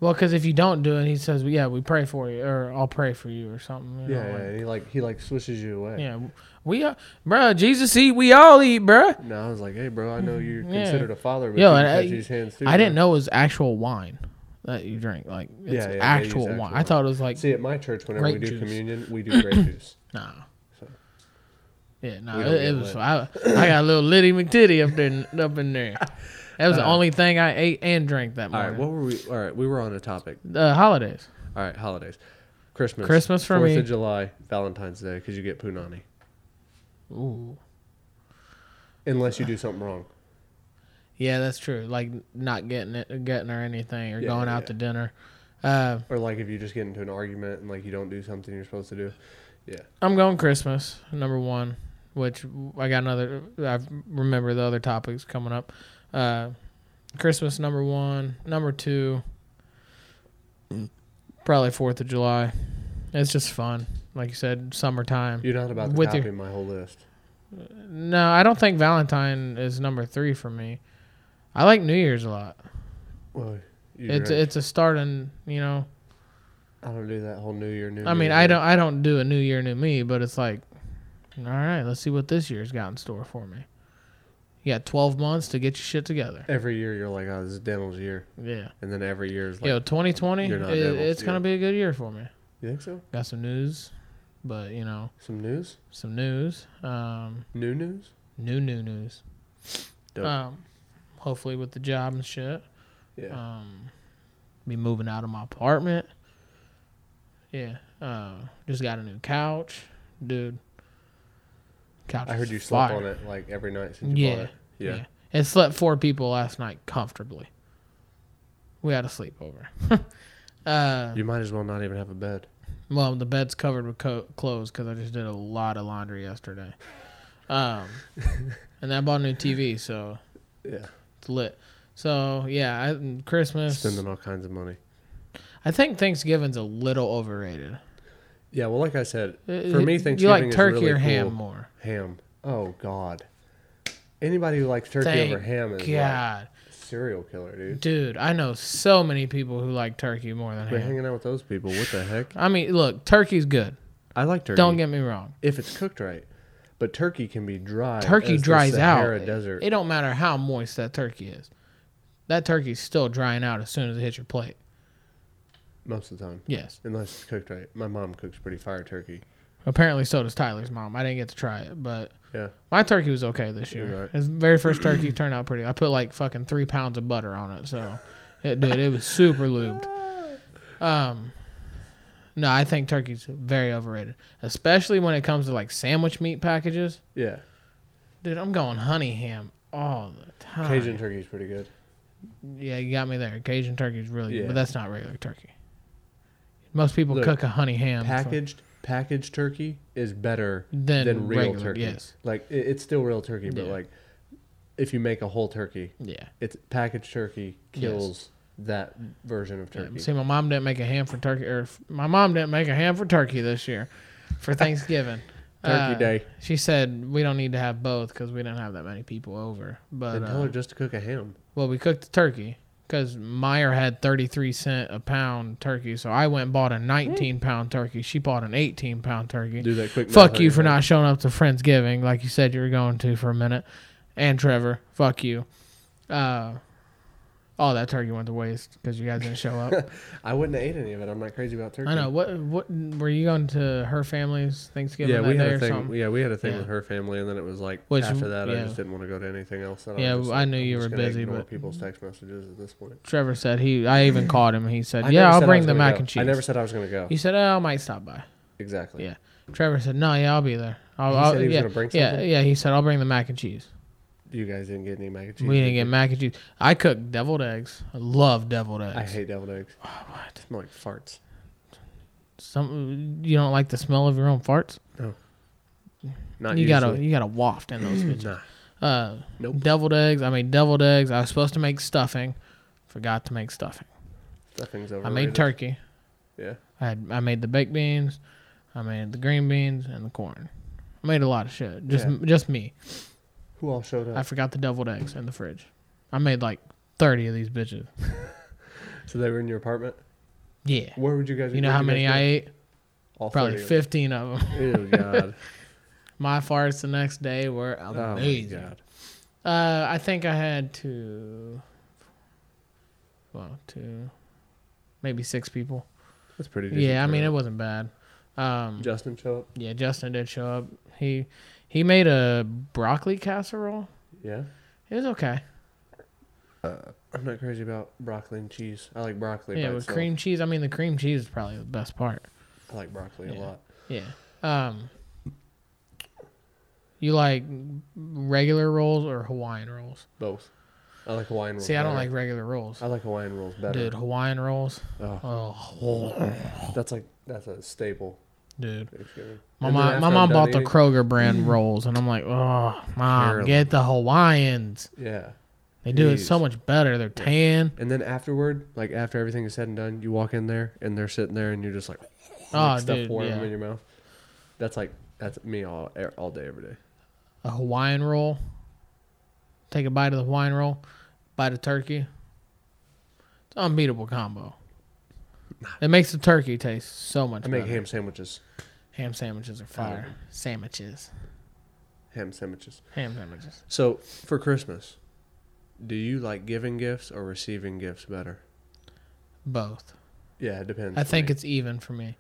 Speaker 2: well, because if you don't do it, he says, "Yeah, we pray for you," or "I'll pray for you," or something. you
Speaker 1: yeah,
Speaker 2: know,
Speaker 1: yeah,
Speaker 2: like-
Speaker 1: and he like he like swishes you away.
Speaker 2: Yeah, we are, bruh. Jesus eat, we all eat, bruh.
Speaker 1: And I was like, hey, bro, I know you're
Speaker 2: Mm-hmm. Yeah.
Speaker 1: considered a father, but
Speaker 2: Yo,
Speaker 1: you
Speaker 2: and
Speaker 1: can
Speaker 2: I-
Speaker 1: touch these hands too.
Speaker 2: I didn't
Speaker 1: bro."
Speaker 2: know it was actual wine that you drink. Like it's
Speaker 1: Yeah, yeah, they use
Speaker 2: actual
Speaker 1: actual
Speaker 2: wine. I thought it was like
Speaker 1: See, at my church, whenever we
Speaker 2: Grape
Speaker 1: do
Speaker 2: juice.
Speaker 1: communion, we do
Speaker 2: *laughs*
Speaker 1: grape juice.
Speaker 2: nah.
Speaker 1: So.
Speaker 2: Yeah, no,
Speaker 1: We
Speaker 2: nah,
Speaker 1: don't
Speaker 2: it,
Speaker 1: get
Speaker 2: it was.
Speaker 1: lit.
Speaker 2: I, I got a little Liddy McTitty up there, up in there.
Speaker 1: *laughs*
Speaker 2: That was the
Speaker 1: Uh,
Speaker 2: only thing I ate and drank that
Speaker 1: All right,
Speaker 2: morning.
Speaker 1: what were we? All right, we were on a topic.
Speaker 2: uh, holidays.
Speaker 1: All right, holidays, Christmas,
Speaker 2: Christmas for
Speaker 1: Fourth
Speaker 2: me.
Speaker 1: of July, Valentine's Day, because you get punani
Speaker 2: Ooh,
Speaker 1: unless you do something wrong.
Speaker 2: yeah, that's true. Like not getting it, getting her anything, or
Speaker 1: Yeah,
Speaker 2: going out
Speaker 1: yeah.
Speaker 2: to dinner. Uh,
Speaker 1: Or like if you just get into an argument and like you don't do something you're supposed to do. Yeah.
Speaker 2: I'm going Christmas number one, which I got another. I remember the other topics coming up. Uh, Christmas number one, number two, probably Fourth of July. It's just fun, like you said, summertime.
Speaker 1: You're not about to
Speaker 2: With
Speaker 1: copy
Speaker 2: your-
Speaker 1: my whole list.
Speaker 2: No, I don't think Valentine is number three for me. I like New Year's a lot.
Speaker 1: Well, you
Speaker 2: It's
Speaker 1: drink.
Speaker 2: it's a start and you know.
Speaker 1: I don't do that whole New Year, New
Speaker 2: I
Speaker 1: Me
Speaker 2: mean, I
Speaker 1: thing.
Speaker 2: don't I don't do a New Year, New Me, but it's like, all right, let's see what this year's got in store for me. You got twelve months to get your shit together.
Speaker 1: Every year you're like, oh, this is Daniel's year,
Speaker 2: Yeah,
Speaker 1: and then every year is like,
Speaker 2: yo, twenty twenty,
Speaker 1: You're not able to
Speaker 2: it's
Speaker 1: do
Speaker 2: gonna
Speaker 1: it.
Speaker 2: be a good year for me.
Speaker 1: you think so?
Speaker 2: Got some news, but you know,
Speaker 1: Some news?
Speaker 2: some news, um,
Speaker 1: New news?
Speaker 2: new new news.
Speaker 1: Dope.
Speaker 2: Um, hopefully with the job and shit,
Speaker 1: Yeah.
Speaker 2: um, be moving out of my apartment. Yeah, uh, just got a new couch, dude. Couch.
Speaker 1: I
Speaker 2: is
Speaker 1: heard you slept
Speaker 2: fire.
Speaker 1: on it like every night since you bought it. Yeah.
Speaker 2: It slept four people last night comfortably. We had a sleepover. *laughs* uh,
Speaker 1: You might as well not even have a bed.
Speaker 2: well, the bed's covered with co- clothes because I just did a lot of laundry yesterday.
Speaker 1: *laughs*
Speaker 2: Um, and I bought a new TV, so
Speaker 1: Yeah.
Speaker 2: it's lit. So yeah, I, and Christmas.
Speaker 1: Spending all kinds of money.
Speaker 2: I think Thanksgiving's a little overrated.
Speaker 1: Yeah, well, like I said,
Speaker 2: Uh,
Speaker 1: for me, Thanksgiving
Speaker 2: you like turkey
Speaker 1: is really
Speaker 2: or ham
Speaker 1: cool.
Speaker 2: more.
Speaker 1: Ham. Oh God. Anybody who likes turkey
Speaker 2: Thank
Speaker 1: over ham is like
Speaker 2: God,
Speaker 1: serial killer, dude.
Speaker 2: dude, I know so many people who like turkey more than
Speaker 1: We're
Speaker 2: ham.
Speaker 1: hanging out with those people. What the heck?
Speaker 2: I mean, look, turkey's good.
Speaker 1: I like turkey.
Speaker 2: Don't get me wrong.
Speaker 1: if it's cooked right, but turkey can be dry.
Speaker 2: turkey
Speaker 1: as
Speaker 2: dries
Speaker 1: the Sahara
Speaker 2: out.
Speaker 1: Desert.
Speaker 2: It don't matter how moist that turkey is. That turkey's still drying out as soon as it hits your plate.
Speaker 1: most of the time,
Speaker 2: Yes.
Speaker 1: unless it's cooked right. My mom cooks pretty fire turkey.
Speaker 2: Apparently so does Tyler's mom. I didn't get to try it, but
Speaker 1: Yeah.
Speaker 2: my turkey was okay this
Speaker 1: You're
Speaker 2: year.
Speaker 1: right.
Speaker 2: His very first turkey turned out pretty. I put like fucking three pounds of butter on it, so it dude, it was super lubed. Um no, I think turkey's very overrated. Especially when it comes to like sandwich meat packages.
Speaker 1: Yeah.
Speaker 2: Dude, I'm going honey ham all the time.
Speaker 1: Cajun turkey's pretty good.
Speaker 2: Yeah, you got me there. Cajun turkey's really good,
Speaker 1: Yeah.
Speaker 2: but that's not regular turkey. Most people
Speaker 1: Look,
Speaker 2: cook a honey ham for-
Speaker 1: Packaged packaged turkey is better
Speaker 2: than,
Speaker 1: than real
Speaker 2: regular.
Speaker 1: turkey.
Speaker 2: Yes.
Speaker 1: Like it, it's still real turkey, but
Speaker 2: Yeah.
Speaker 1: like if you make a whole turkey,
Speaker 2: Yeah.
Speaker 1: it's packaged turkey kills that version of
Speaker 2: Yeah.
Speaker 1: turkey.
Speaker 2: See, my mom didn't make a ham for turkey, or f- my mom didn't make a ham for turkey this year for Thanksgiving.
Speaker 1: *laughs* turkey
Speaker 2: Uh,
Speaker 1: day.
Speaker 2: She said we don't need to have both because we didn't have that many people over. But
Speaker 1: and tell her
Speaker 2: uh,
Speaker 1: just to cook a ham.
Speaker 2: well, we cooked the turkey because Meyer had thirty three cent a pound turkey, so I went and bought a nineteen
Speaker 1: Hmm.
Speaker 2: pound turkey. She bought an eighteen pound turkey.
Speaker 1: Do that quick. math
Speaker 2: fuck
Speaker 1: on
Speaker 2: you
Speaker 1: your
Speaker 2: for
Speaker 1: hand.
Speaker 2: not showing up to Friendsgiving like you said you were going to for a minute. And Trevor, fuck you. Uh, all that turkey went to waste because you guys didn't show
Speaker 1: *laughs*
Speaker 2: up.
Speaker 1: I wouldn't have ate any of it. I'm not crazy about turkey.
Speaker 2: I know. What? What? Were you going to her family's Thanksgiving
Speaker 1: Yeah,
Speaker 2: that
Speaker 1: we
Speaker 2: day
Speaker 1: had
Speaker 2: or
Speaker 1: a thing.
Speaker 2: something?
Speaker 1: Yeah, we had a thing
Speaker 2: Yeah.
Speaker 1: with her family, and then it was like
Speaker 2: Which-
Speaker 1: after that, I
Speaker 2: yeah.
Speaker 1: just didn't want to go to anything else. And
Speaker 2: Yeah,
Speaker 1: was just
Speaker 2: I knew you
Speaker 1: just
Speaker 2: were
Speaker 1: gonna
Speaker 2: busy,
Speaker 1: ignore
Speaker 2: but-
Speaker 1: people's text messages at this point.
Speaker 2: Trevor said he. I even called him. and He said,
Speaker 1: I never
Speaker 2: "Yeah, I'll
Speaker 1: said I
Speaker 2: bring
Speaker 1: was
Speaker 2: the
Speaker 1: gonna
Speaker 2: mac
Speaker 1: go.
Speaker 2: and cheese."
Speaker 1: I never said I was going to go.
Speaker 2: He said, "Oh, I might stop by."
Speaker 1: Exactly.
Speaker 2: Yeah. Trevor said, "No, yeah, I'll be there." I'll,
Speaker 1: He
Speaker 2: I'll,
Speaker 1: said he was
Speaker 2: yeah,
Speaker 1: gonna bring
Speaker 2: yeah,
Speaker 1: something?
Speaker 2: yeah. He said, "I'll bring the mac and cheese."
Speaker 1: You guys didn't get any mac and cheese.
Speaker 2: We didn't
Speaker 1: did
Speaker 2: get mac and cheese. I cook deviled eggs. I love deviled eggs.
Speaker 1: you? I hate deviled eggs.
Speaker 2: Oh, what?
Speaker 1: smell like farts.
Speaker 2: Some you don't like the smell of your own farts.
Speaker 1: Not
Speaker 2: you got to
Speaker 1: usually. Mm.
Speaker 2: you got to waft in those
Speaker 1: *clears throat*
Speaker 2: bitches.
Speaker 1: Nah.
Speaker 2: Uh,
Speaker 1: Nope.
Speaker 2: Deviled eggs. I made deviled eggs. I was supposed to make stuffing. Forgot to make stuffing.
Speaker 1: Stuffing's
Speaker 2: I
Speaker 1: overrated.
Speaker 2: made turkey.
Speaker 1: Yeah.
Speaker 2: I had I made the baked beans, I made the green beans and the corn. I made a lot of shit. Just
Speaker 1: Yeah.
Speaker 2: just me.
Speaker 1: Who all showed up?
Speaker 2: I forgot the deviled eggs in the fridge. I made like thirty of these bitches.
Speaker 1: so they were in your apartment.
Speaker 2: Yeah.
Speaker 1: Where would you guys?
Speaker 2: You know
Speaker 1: where'd
Speaker 2: how many
Speaker 1: guys
Speaker 2: I
Speaker 1: go?
Speaker 2: ate?
Speaker 1: All
Speaker 2: Probably
Speaker 1: 30
Speaker 2: fifteen of them.
Speaker 1: of them. Ew,
Speaker 2: *laughs*
Speaker 1: God.
Speaker 2: My farts the next day were
Speaker 1: oh my
Speaker 2: amazing.
Speaker 1: God.
Speaker 2: Uh, I think I had two, well, two, maybe six people.
Speaker 1: That's pretty. decent
Speaker 2: Yeah, I
Speaker 1: for
Speaker 2: mean
Speaker 1: a-
Speaker 2: it wasn't bad. Um,
Speaker 1: Justin show up.
Speaker 2: yeah, Justin did show up. He he made a broccoli casserole.
Speaker 1: Yeah.
Speaker 2: It was okay.
Speaker 1: I'm not crazy about broccoli and cheese. I like broccoli.
Speaker 2: yeah,
Speaker 1: by
Speaker 2: with
Speaker 1: itself.
Speaker 2: cream cheese. I mean, the cream cheese is probably the best part.
Speaker 1: I like broccoli
Speaker 2: Yeah.
Speaker 1: a lot.
Speaker 2: Yeah. Um. You like regular rolls or Hawaiian rolls?
Speaker 1: Both. I like Hawaiian rolls.
Speaker 2: See, I don't
Speaker 1: better.
Speaker 2: like regular rolls.
Speaker 1: I like Hawaiian rolls better.
Speaker 2: Dude, Hawaiian rolls.
Speaker 1: Oh,
Speaker 2: Oh,
Speaker 1: that's like that's a staple.
Speaker 2: dude.
Speaker 1: Thanksgiving.
Speaker 2: My
Speaker 1: And then
Speaker 2: mom,
Speaker 1: after
Speaker 2: my
Speaker 1: I'm
Speaker 2: mom
Speaker 1: done
Speaker 2: bought the
Speaker 1: eating-
Speaker 2: Kroger
Speaker 1: Mm.
Speaker 2: brand rolls, and I'm like, oh, mom,
Speaker 1: Terrible.
Speaker 2: get the Hawaiians.
Speaker 1: Yeah.
Speaker 2: They do it
Speaker 1: Jeez.
Speaker 2: so much better. They're tan.
Speaker 1: And then afterward, like after everything is said and done, you walk in there and they're sitting there and you're just like,
Speaker 2: Oh,
Speaker 1: like stuff
Speaker 2: dude,
Speaker 1: warm
Speaker 2: yeah.
Speaker 1: in your mouth. That's like that's me all er- all day every day.
Speaker 2: A Hawaiian roll. Take a bite of the Hawaiian roll, bite of turkey. It's an unbeatable combo. It makes the turkey taste so much
Speaker 1: I make
Speaker 2: better. Ham.
Speaker 1: ham sandwiches.
Speaker 2: sandwiches are fire. Sandwiches.
Speaker 1: Ham sandwiches.
Speaker 2: Ham sandwiches.
Speaker 1: So for Christmas, do you like giving gifts or receiving gifts better?
Speaker 2: Both.
Speaker 1: Yeah, it depends.
Speaker 2: I
Speaker 1: for
Speaker 2: think
Speaker 1: me.
Speaker 2: it's even for me.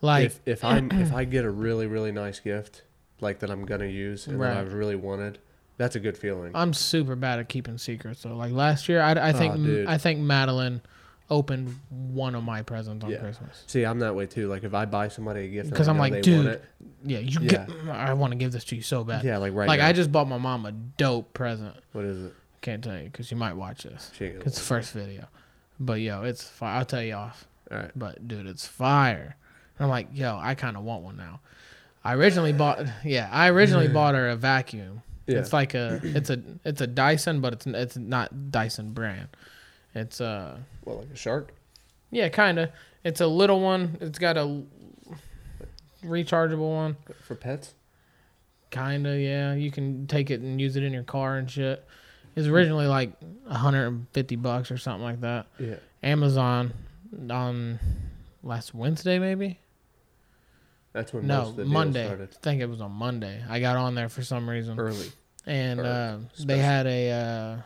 Speaker 2: Like,
Speaker 1: if if
Speaker 2: *clears throat*
Speaker 1: I if I get a really really nice gift like that I'm gonna use and that
Speaker 2: Right.
Speaker 1: I've really wanted, that's a good feeling.
Speaker 2: I'm super bad at keeping secrets though. Like last year, I, I think
Speaker 1: Aw, dude.
Speaker 2: I think Madeline opened one of my presents on
Speaker 1: Yeah.
Speaker 2: Christmas.
Speaker 1: See, I'm that way too. Like if I buy somebody a gift, and I
Speaker 2: 'Cause I'm
Speaker 1: know
Speaker 2: like,
Speaker 1: they
Speaker 2: "Dude,
Speaker 1: want it,
Speaker 2: Yeah, you
Speaker 1: Yeah.
Speaker 2: get. I want to give this to you so bad.
Speaker 1: yeah, like right.
Speaker 2: like
Speaker 1: now.
Speaker 2: I just bought my mom a dope present.
Speaker 1: what is it?
Speaker 2: Can't tell you because you might watch this.
Speaker 1: She ain't gonna
Speaker 2: It's the first video, but yo, it's fire. I'll tell you off.
Speaker 1: want it.
Speaker 2: But dude, it's fire. And I'm like, yo, I kind of want one now. I originally bought. *laughs* Yeah, I originally bought her a vacuum.
Speaker 1: Yeah.
Speaker 2: It's like a it's a it's a Dyson, but it's it's not Dyson brand. It's uh
Speaker 1: All right. Well, like a shark.
Speaker 2: Yeah, kind of. It's a little one. It's got a rechargeable one.
Speaker 1: For pets?
Speaker 2: Kind of, yeah. You can take it and use it in your car and shit. It's originally like 150 bucks or something like that.
Speaker 1: Yeah.
Speaker 2: Amazon on last Wednesday maybe?
Speaker 1: That's when most
Speaker 2: No,
Speaker 1: of the deals
Speaker 2: Monday. I
Speaker 1: started.
Speaker 2: think it was on Monday. I got on there for some reason.
Speaker 1: Early.
Speaker 2: and
Speaker 1: or
Speaker 2: uh, they
Speaker 1: special.
Speaker 2: had a uh,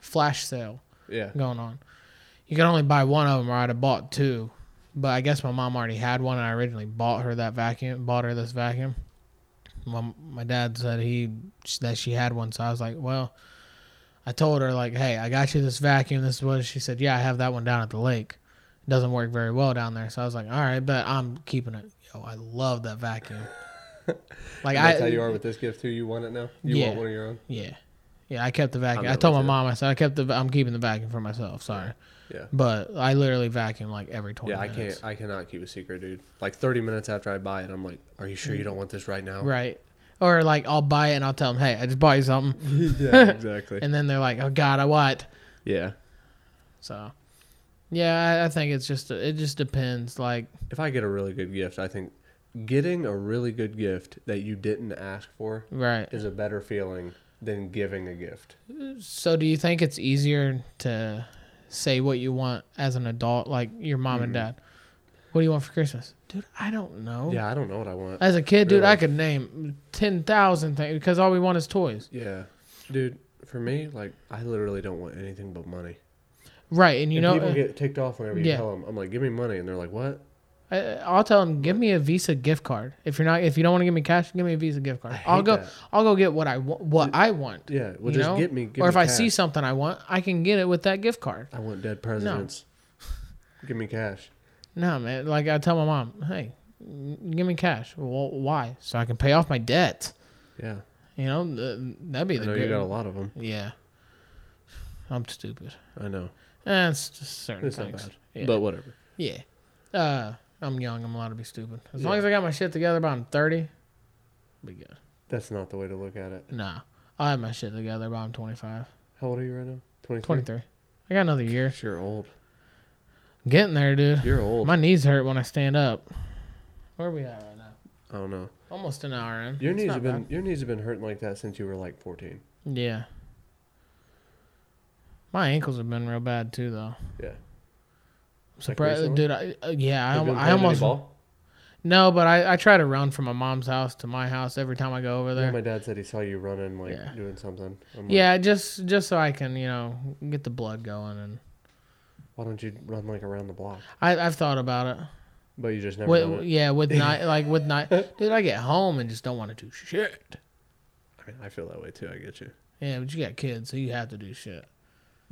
Speaker 2: flash sale.
Speaker 1: Yeah.
Speaker 2: going on. You could only buy one of them, or I'd have bought two. But I guess my mom already had one, and I originally bought her that vacuum. Bought her this vacuum. My, my dad said he that she had one, so I was like, well, I told her like, hey, I got you this vacuum. This is what she said. Yeah, I have that one down at the lake. It doesn't work very well down there, so I was like, all right, but I'm keeping it. Yo, I love
Speaker 1: *laughs*
Speaker 2: that vacuum. like
Speaker 1: And that's
Speaker 2: I
Speaker 1: how you are with this gift too. You want it now? You
Speaker 2: Yeah.
Speaker 1: want one of your own?
Speaker 2: yeah, yeah. I kept the vacuum. I
Speaker 1: that
Speaker 2: told
Speaker 1: way,
Speaker 2: my
Speaker 1: too.
Speaker 2: mom. I said I kept the. va- I'm keeping the vacuum for myself. Sorry.
Speaker 1: Yeah.
Speaker 2: But I literally vacuum like every 20
Speaker 1: Yeah, I
Speaker 2: minutes.
Speaker 1: can't. I cannot keep a secret, dude. Like 30 minutes after I buy it, I'm like, "Are you sure you don't want this right now?"
Speaker 2: Right. Or like I'll buy it and I'll tell them, hey, I just bought you something.
Speaker 1: *laughs* Mm-hmm. yeah, *laughs* exactly.
Speaker 2: And then they're like, oh God, I what?
Speaker 1: Yeah.
Speaker 2: So, yeah, I, I think it's just, it just depends. Like,
Speaker 1: If I get a really good gift, I think getting a really good gift that you didn't ask for
Speaker 2: right.
Speaker 1: is a better feeling than giving a gift.
Speaker 2: So do you think it's easier to say what you want as an adult, like your mom
Speaker 1: Mm-hmm.
Speaker 2: and dad? What do you want for Christmas? Dude, I don't know.
Speaker 1: Yeah, I don't know what I want.
Speaker 2: As a kid, dude, Oh. I
Speaker 1: Really?
Speaker 2: could name 10,000 things because all we want is toys.
Speaker 1: Yeah. Dude, for me, like I literally don't want anything but money.
Speaker 2: Right. And you
Speaker 1: and
Speaker 2: know, uh,
Speaker 1: people get ticked off whenever you
Speaker 2: yeah.
Speaker 1: tell them. I'm like, give me money, and they're like, what?
Speaker 2: I, I'll tell them, give me a Visa gift card. If you're not, if you don't want to give me cash, give me a Visa gift card.
Speaker 1: hate
Speaker 2: I'll go,
Speaker 1: that.
Speaker 2: I'll go get what I want, what I want.
Speaker 1: Yeah, well,
Speaker 2: you
Speaker 1: just
Speaker 2: know?
Speaker 1: get me. Give
Speaker 2: or
Speaker 1: me
Speaker 2: if I see
Speaker 1: cash.
Speaker 2: something I want, I can get it with that gift card.
Speaker 1: I want dead
Speaker 2: *laughs*
Speaker 1: presidents. give me cash.
Speaker 2: No, man. Like I tell my mom, hey, n- give me cash. Well, why? So I can pay off my debt.
Speaker 1: Yeah,
Speaker 2: You know, th- that'd be
Speaker 1: I
Speaker 2: the
Speaker 1: know
Speaker 2: good.
Speaker 1: you got a lot of them.
Speaker 2: Yeah, I'm stupid.
Speaker 1: I know.
Speaker 2: That's just certain
Speaker 1: It's not
Speaker 2: things.
Speaker 1: bad.
Speaker 2: Yeah.
Speaker 1: But whatever.
Speaker 2: yeah, uh, I'm young. I'm allowed to be stupid. As
Speaker 1: Yeah.
Speaker 2: long as I got my shit together by I'm 30, be good.
Speaker 1: That's not the way to look at it.
Speaker 2: Nah, I have my shit together by I'm 25,
Speaker 1: How old are you right now? 23?
Speaker 2: 23. I got another year.
Speaker 1: You're old.
Speaker 2: Getting there, dude.
Speaker 1: You're old.
Speaker 2: My knees hurt when I stand up. Where are we at right now?
Speaker 1: I don't know.
Speaker 2: Almost an hour in.
Speaker 1: Your
Speaker 2: It's
Speaker 1: knees
Speaker 2: not
Speaker 1: have been
Speaker 2: bad.
Speaker 1: your knees have been hurting like that since you were like 14.
Speaker 2: Yeah. My ankles have been real bad too, though.
Speaker 1: Yeah.
Speaker 2: Surprised,
Speaker 1: recently?
Speaker 2: dude. I, uh, yeah,
Speaker 1: Have
Speaker 2: I,
Speaker 1: you
Speaker 2: al-
Speaker 1: been
Speaker 2: I
Speaker 1: playing any
Speaker 2: almost
Speaker 1: ball?
Speaker 2: no, but I, I try to run from my mom's house to my house every time I go over
Speaker 1: Yeah,
Speaker 2: there.
Speaker 1: my dad said he saw you running, like
Speaker 2: Yeah.
Speaker 1: doing something. I'm like,
Speaker 2: Yeah, just just so I can you know get the blood going, and
Speaker 1: Why don't you run like around the block?
Speaker 2: I I've thought about it.
Speaker 1: But you just never. done
Speaker 2: With,
Speaker 1: it. *laughs*
Speaker 2: yeah, with night like with night, dude. I get home and just don't want to do shit.
Speaker 1: I, mean, I feel that way too. I get you.
Speaker 2: Yeah, but you got kids, so you have to do shit.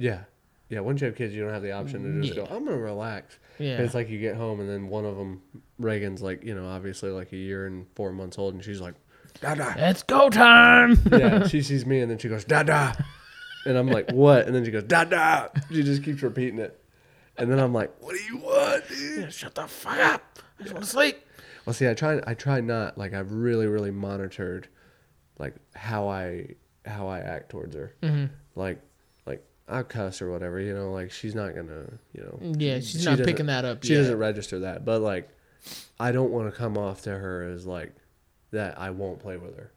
Speaker 1: Yeah. Yeah. Once you have kids, you don't have the option to just
Speaker 2: Yeah.
Speaker 1: go. I'm gonna relax.
Speaker 2: Yeah,
Speaker 1: And It's like you get home and then one of them, Reagan's like you know obviously like a year and four months old, and she's like, da da.
Speaker 2: it's go time. *laughs*
Speaker 1: yeah, she sees me and then she goes da da, and I'm like what? And then she goes da da. She just keeps repeating it, and then I'm like, what do you want, dude?
Speaker 2: Shut the fuck up. I just want to sleep.
Speaker 1: Well, see, I try I try not like I've really really monitored, like how I how I act towards her.
Speaker 2: Mm-hmm.
Speaker 1: Like like I cuss or whatever, you know. Like she's not gonna you know.
Speaker 2: Yeah, she's
Speaker 1: Mm, She
Speaker 2: not
Speaker 1: doesn't-
Speaker 2: picking that up.
Speaker 1: She
Speaker 2: yet.
Speaker 1: doesn't register that, but like I don't want to come off to her as like that. I won't play with her.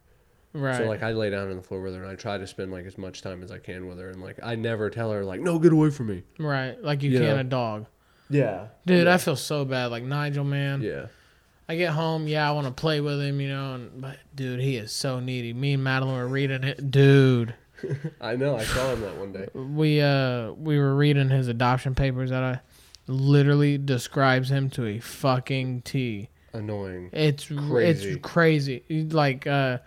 Speaker 2: Right.
Speaker 1: So like I lay down on the floor with her and I try to spend like as much time as I can with her and like I never tell her like no get away from me.
Speaker 2: right. Like you,
Speaker 1: you
Speaker 2: can
Speaker 1: know.
Speaker 2: a dog.
Speaker 1: Yeah.
Speaker 2: Dude, I feel so bad. Like Nigel, man.
Speaker 1: Yeah.
Speaker 2: I get home. Yeah, I want to play with him, you know. And, but dude, he is so needy. Me and Madeline were reading it. Dude,
Speaker 1: I know. I saw him that one day.
Speaker 2: we uh we were reading his adoption papers that I literally describes him to a fucking T.
Speaker 1: Annoying.
Speaker 2: It's
Speaker 1: Crazy.
Speaker 2: crazy. it's crazy. Like uh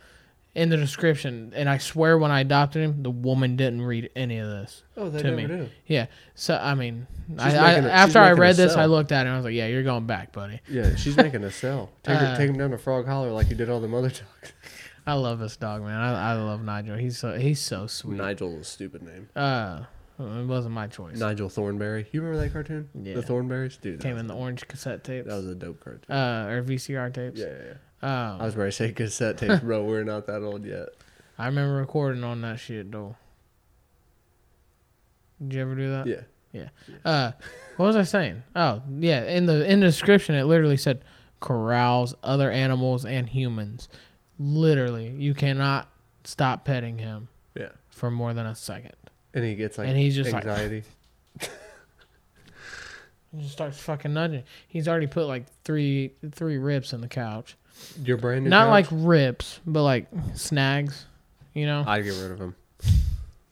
Speaker 2: in the description, and I swear when I adopted him, the woman didn't read any of this.
Speaker 1: Oh, they
Speaker 2: To
Speaker 1: never
Speaker 2: me.
Speaker 1: do.
Speaker 2: Yeah. So I mean, I,
Speaker 1: She's
Speaker 2: I,
Speaker 1: making a- she's
Speaker 2: after I
Speaker 1: making a
Speaker 2: read this, I
Speaker 1: sell.
Speaker 2: looked at it and I was like, "Yeah, you're going back, buddy."
Speaker 1: Yeah, she's making a sell. Take, her,
Speaker 2: Uh,
Speaker 1: take him down to Frog Holler like you did all the mother dogs.
Speaker 2: I love this dog, man. I, I love Nigel. He's so he's so sweet.
Speaker 1: Nigel's a stupid name.
Speaker 2: Uh, it wasn't my choice.
Speaker 1: Nigel Thornberry. You remember that cartoon?
Speaker 2: Yeah.
Speaker 1: The Thornberries? Dude, that
Speaker 2: Came
Speaker 1: was,
Speaker 2: in the orange cassette tapes.
Speaker 1: that was a dope cartoon.
Speaker 2: uh, or VCR tapes.
Speaker 1: Yeah, yeah, yeah.
Speaker 2: Um,
Speaker 1: I was about to say cassette tapes, bro. We're not that old yet.
Speaker 2: I remember recording on that shit though. Did you ever do that?
Speaker 1: Yeah.
Speaker 2: Uh, what was I saying? Oh, yeah. In the in the description, it literally said corrals other animals and humans. Literally, you cannot stop petting him
Speaker 1: Yeah.
Speaker 2: for more than a second.
Speaker 1: And he gets like
Speaker 2: And he's just like-
Speaker 1: anxiety.
Speaker 2: He just starts fucking nudging. He's already put like three three rips in the couch.
Speaker 1: Your brand new.
Speaker 2: Not like
Speaker 1: couch?
Speaker 2: rips, but like snags. You know,
Speaker 1: I'd get rid of him.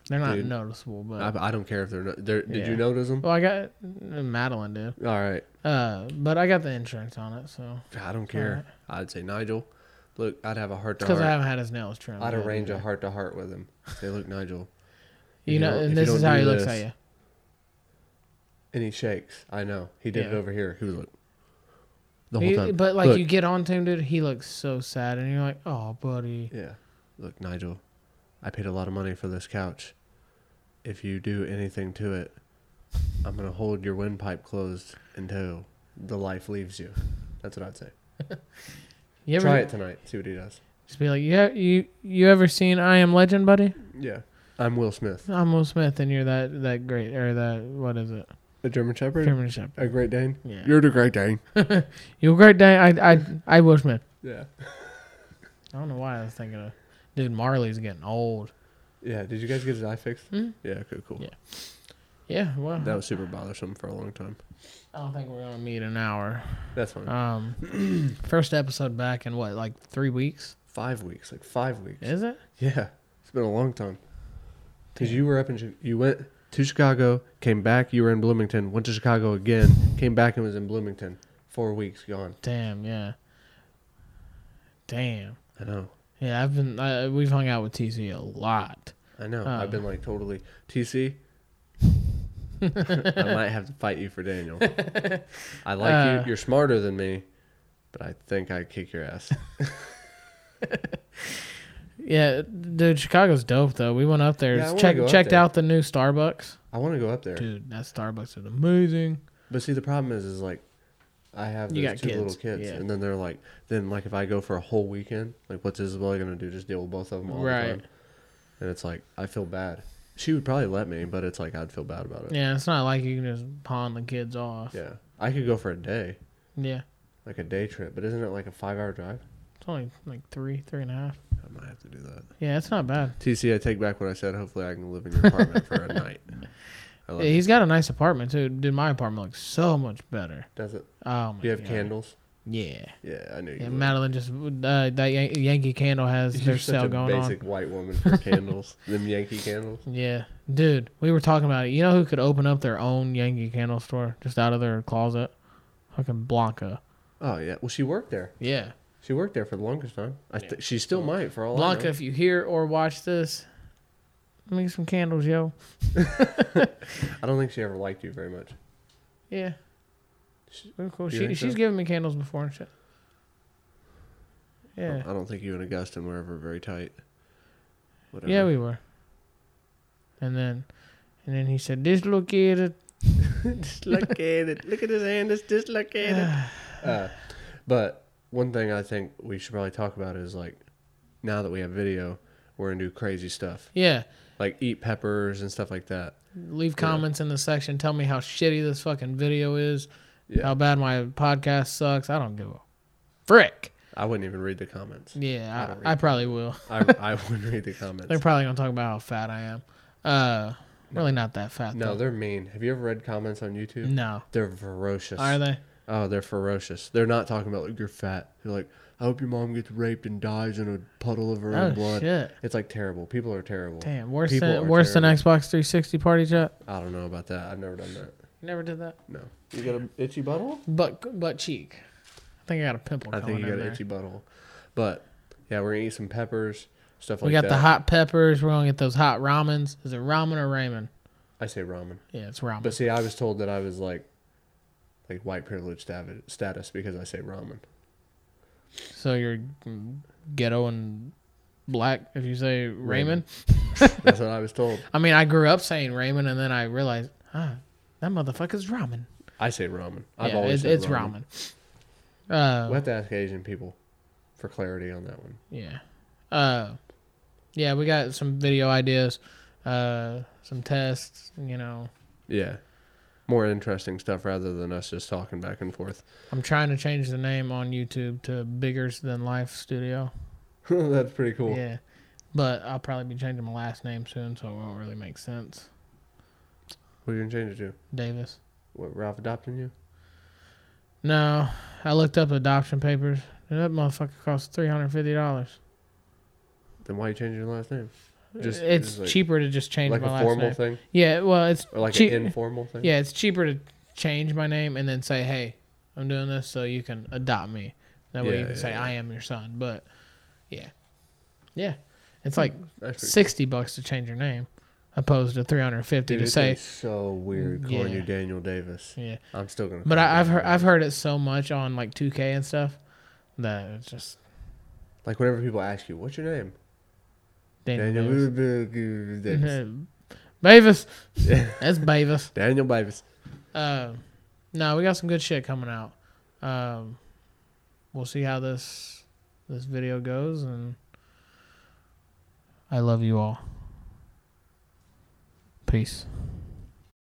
Speaker 2: they're not
Speaker 1: dude.
Speaker 2: noticeable, but
Speaker 1: I, I don't care if they're. No, they're Did
Speaker 2: Yeah. Oh.
Speaker 1: you notice them?
Speaker 2: well, I got Madeline did.
Speaker 1: All right.
Speaker 2: Uh, but I got the insurance on it, so
Speaker 1: I don't care. I'd say Nigel. Look, I'd have a heart to
Speaker 2: because I
Speaker 1: heart.
Speaker 2: haven't had his nails trimmed.
Speaker 1: I'd
Speaker 2: yet
Speaker 1: arrange a
Speaker 2: either.
Speaker 1: heart to heart with him. Say, look, Nigel. if
Speaker 2: You know,
Speaker 1: don't- if
Speaker 2: and this
Speaker 1: don't
Speaker 2: is how
Speaker 1: do
Speaker 2: he looks
Speaker 1: this,"
Speaker 2: at you.
Speaker 1: And he shakes. I know. He did it
Speaker 2: Yeah.
Speaker 1: over here. He was like the
Speaker 2: He- but like
Speaker 1: Look.
Speaker 2: you get on to him, dude, he looks so sad, and you're like, "Oh, buddy."
Speaker 1: Yeah. Look, Nigel, I paid a lot of money for this couch. If you do anything to it, I'm gonna hold your windpipe closed until the life leaves you. That's what I'd say.
Speaker 2: You ever
Speaker 1: Try it tonight. See what he does.
Speaker 2: just be like, "Yeah, you you ever seen I Am Legend, buddy?
Speaker 1: Yeah. I'm Will Smith,
Speaker 2: I'm Will Smith, and you're that that great or that what is it?
Speaker 1: a German Shepherd,
Speaker 2: German Shepherd.
Speaker 1: a Great Dane.
Speaker 2: Yeah,
Speaker 1: You're the Great Dane.
Speaker 2: you great day. I I I Will Smith.
Speaker 1: Yeah.
Speaker 2: I don't know why I was thinking of, dude. Marley's getting old.
Speaker 1: Yeah. Did you guys get his eye fixed?
Speaker 2: Mhm.
Speaker 1: Yeah. Okay. Cool.
Speaker 2: Yeah. Yeah, well,
Speaker 1: That was super bothersome for a long time.
Speaker 2: I don't think we're gonna meet an hour.
Speaker 1: That's fine.
Speaker 2: Um, *clears throat* first episode back in what, like three weeks?
Speaker 1: five weeks. Like five weeks.
Speaker 2: Is it?
Speaker 1: Yeah, it's been a long time. Because you were up in, Chi- you went to Chicago, came back. You were in Bloomington, went to Chicago again, came back and was in Bloomington. Four weeks gone.
Speaker 2: Damn, yeah. Damn,
Speaker 1: I know,
Speaker 2: yeah. I've been I, we've hung out with TC a lot.
Speaker 1: I know.
Speaker 2: Uh.
Speaker 1: I've been like totally
Speaker 2: *laughs*
Speaker 1: TC. I might have to fight you for
Speaker 2: *laughs*
Speaker 1: Daniel. I like
Speaker 2: Uh.
Speaker 1: you. You're smarter
Speaker 2: *laughs*
Speaker 1: than me, but I think I kick your ass.
Speaker 2: Yeah, dude, Chicago's dope though. We went up there,
Speaker 1: Yeah, I wanna
Speaker 2: check,
Speaker 1: go up
Speaker 2: checked
Speaker 1: there.
Speaker 2: out the new Starbucks.
Speaker 1: I want to go up there.
Speaker 2: Dude, that Starbucks is amazing.
Speaker 1: But see, the problem is, is like, I have those
Speaker 2: You
Speaker 1: two
Speaker 2: got kids,
Speaker 1: little kids,
Speaker 2: yeah.
Speaker 1: and then they're like, then like if I go for a whole weekend, like what's Isabella gonna do? Just deal with both of them all the
Speaker 2: Right.
Speaker 1: time? And it's like I feel bad. She would probably let me, but it's like I'd feel bad about it.
Speaker 2: Yeah, it's not like you can just pawn the kids off.
Speaker 1: Yeah, I could go for a day,
Speaker 2: Yeah.
Speaker 1: like a day trip, but isn't it like a five-hour drive?
Speaker 2: It's only like three, three and a half.
Speaker 1: I might have to do that.
Speaker 2: Yeah, it's not bad.
Speaker 1: TC, I take back what I said. Hopefully, I can live in your apartment for a
Speaker 2: *laughs*
Speaker 1: night. I love
Speaker 2: Yeah,
Speaker 1: it.
Speaker 2: he's got a nice apartment too. Dude, my apartment looks so much better.
Speaker 1: Does it?
Speaker 2: Oh my
Speaker 1: Do you have
Speaker 2: God.
Speaker 1: candles?
Speaker 2: Yeah.
Speaker 1: Yeah, I knew you.
Speaker 2: yeah
Speaker 1: would.
Speaker 2: Madeline just uh, that Yan- Yankee candle
Speaker 1: *laughs*
Speaker 2: has
Speaker 1: You're
Speaker 2: their
Speaker 1: such
Speaker 2: sale
Speaker 1: a
Speaker 2: going
Speaker 1: basic white woman
Speaker 2: *laughs*
Speaker 1: for candles. Them Yankee candles.
Speaker 2: on. Yeah, dude, we were talking about it. You know who could open up their own Yankee candle store just out of their closet? Fucking Blanca.
Speaker 1: Oh yeah. Well, she worked there.
Speaker 2: Yeah,
Speaker 1: She worked there for the longest time. I th- she still might for all
Speaker 2: Blanca.
Speaker 1: Oh, I know.
Speaker 2: If you hear or watch this, let me get some candles, yo.
Speaker 1: I don't think she ever liked you very much.
Speaker 2: Yeah. We're cool.
Speaker 1: Do you
Speaker 2: She,
Speaker 1: think so?
Speaker 2: she's given me candles before and shit.
Speaker 1: Oh, I don't-
Speaker 2: Yeah.
Speaker 1: I don't think you and Augustine were ever very tight. Whatever.
Speaker 2: Yeah, we were. And then, and then he said, "Dislocated."
Speaker 1: dislocated. Look at his hand. It's
Speaker 2: *sighs*
Speaker 1: dislocated. *laughs* uh, but one thing I think we should probably talk about is like, now that we have video, we're gonna do crazy stuff
Speaker 2: Yeah.
Speaker 1: like eat peppers and stuff like that.
Speaker 2: Leave
Speaker 1: Yeah.
Speaker 2: comments in the section. Tell me how shitty this fucking video is.
Speaker 1: Yeah.
Speaker 2: How bad my podcast sucks. I don't give a frick.
Speaker 1: I wouldn't even read the comments. I
Speaker 2: Yeah,
Speaker 1: don't
Speaker 2: I, I,
Speaker 1: read
Speaker 2: probably will.
Speaker 1: I I *laughs* wouldn't read the
Speaker 2: They're
Speaker 1: comments.
Speaker 2: probably gonna talk about how fat I am. Uh, really not that fat.
Speaker 1: No,
Speaker 2: though.
Speaker 1: they're mean. Have you ever read comments on YouTube?
Speaker 2: no.
Speaker 1: They're ferocious.
Speaker 2: Are they?
Speaker 1: Oh, they're ferocious. They're not talking about like you're fat. They're like, I hope your mom gets raped and dies in a puddle of her
Speaker 2: Oh
Speaker 1: own blood.
Speaker 2: shit!
Speaker 1: It's like terrible. People are terrible.
Speaker 2: Damn, worse
Speaker 1: People
Speaker 2: than
Speaker 1: are
Speaker 2: worse than
Speaker 1: terrible.
Speaker 2: Xbox 360 party chat.
Speaker 1: I don't know about that. I've never done that.
Speaker 2: Never did that.
Speaker 1: No. You got an itchy butthole?
Speaker 2: Butt butt cheek. I think I got a pimple.
Speaker 1: I
Speaker 2: coming
Speaker 1: think you
Speaker 2: in
Speaker 1: got
Speaker 2: there.
Speaker 1: an itchy butthole. But yeah, we're gonna eat some peppers, stuff like
Speaker 2: we got
Speaker 1: that.
Speaker 2: the hot peppers. We're gonna get those hot ramens. Is it ramen or ramen?
Speaker 1: I say ramen.
Speaker 2: Yeah, it's ramen.
Speaker 1: But see, I was told that I was like like white privilege stavi- status because I say ramen.
Speaker 2: so you're mm, ghetto and black if you say ramen.
Speaker 1: That's what I was told.
Speaker 2: I mean, I grew up saying ramen, and then I realized, ah, that motherfucker's ramen.
Speaker 1: I say ramen. I've
Speaker 2: yeah,
Speaker 1: always
Speaker 2: it's,
Speaker 1: said
Speaker 2: it's ramen. Uh,
Speaker 1: We'll have to ask Asian people for clarity on that one.
Speaker 2: Yeah. Uh, yeah, we got some video ideas, uh, some tests. You know,
Speaker 1: Yeah. More interesting stuff rather than us just talking back and forth. *laughs*
Speaker 2: I'm trying to change the name on YouTube to Biggers Than Life Studio.
Speaker 1: That's pretty cool.
Speaker 2: Yeah, but I'll probably be changing my last name soon, so it won't really make sense.
Speaker 1: What are you going to change it to?
Speaker 2: Davis.
Speaker 1: What, Ralph adopting you?
Speaker 2: No, I looked up adoption papers. And that motherfucker cost three hundred fifty dollars.
Speaker 1: Then why you changing your last name? Just-
Speaker 2: It's
Speaker 1: just like-
Speaker 2: cheaper to just change
Speaker 1: Like
Speaker 2: my
Speaker 1: a
Speaker 2: last
Speaker 1: formal
Speaker 2: name.
Speaker 1: thing?
Speaker 2: Yeah, well, it's
Speaker 1: Or like
Speaker 2: cheap.
Speaker 1: an informal thing?
Speaker 2: yeah, it's cheaper to change my name and then say, "Hey, I'm doing this, so you can adopt me." That way,
Speaker 1: Yeah,
Speaker 2: you can
Speaker 1: yeah,
Speaker 2: say,
Speaker 1: yeah.
Speaker 2: "I am your son." But yeah, yeah, it's like
Speaker 1: Hmm. That's pretty
Speaker 2: sixty bucks to change your name, opposed to three hundred fifty
Speaker 1: Dude,
Speaker 2: to
Speaker 1: it's
Speaker 2: say.
Speaker 1: been so weird calling
Speaker 2: Yeah.
Speaker 1: you Daniel Davis.
Speaker 2: Yeah,
Speaker 1: I'm still going to
Speaker 2: But I, I've heard I've heard it so much on like 2K and stuff that it's just
Speaker 1: Like whenever people ask you, what's your name?
Speaker 2: Daniel,
Speaker 1: Daniel
Speaker 2: Davis. Mm-hmm.
Speaker 1: Davis.
Speaker 2: Bavis. That's Bavis.
Speaker 1: Daniel Davis.
Speaker 2: Uh, no, we got some good shit coming out. Um, we'll see how this this video goes, and I love you all. Peace.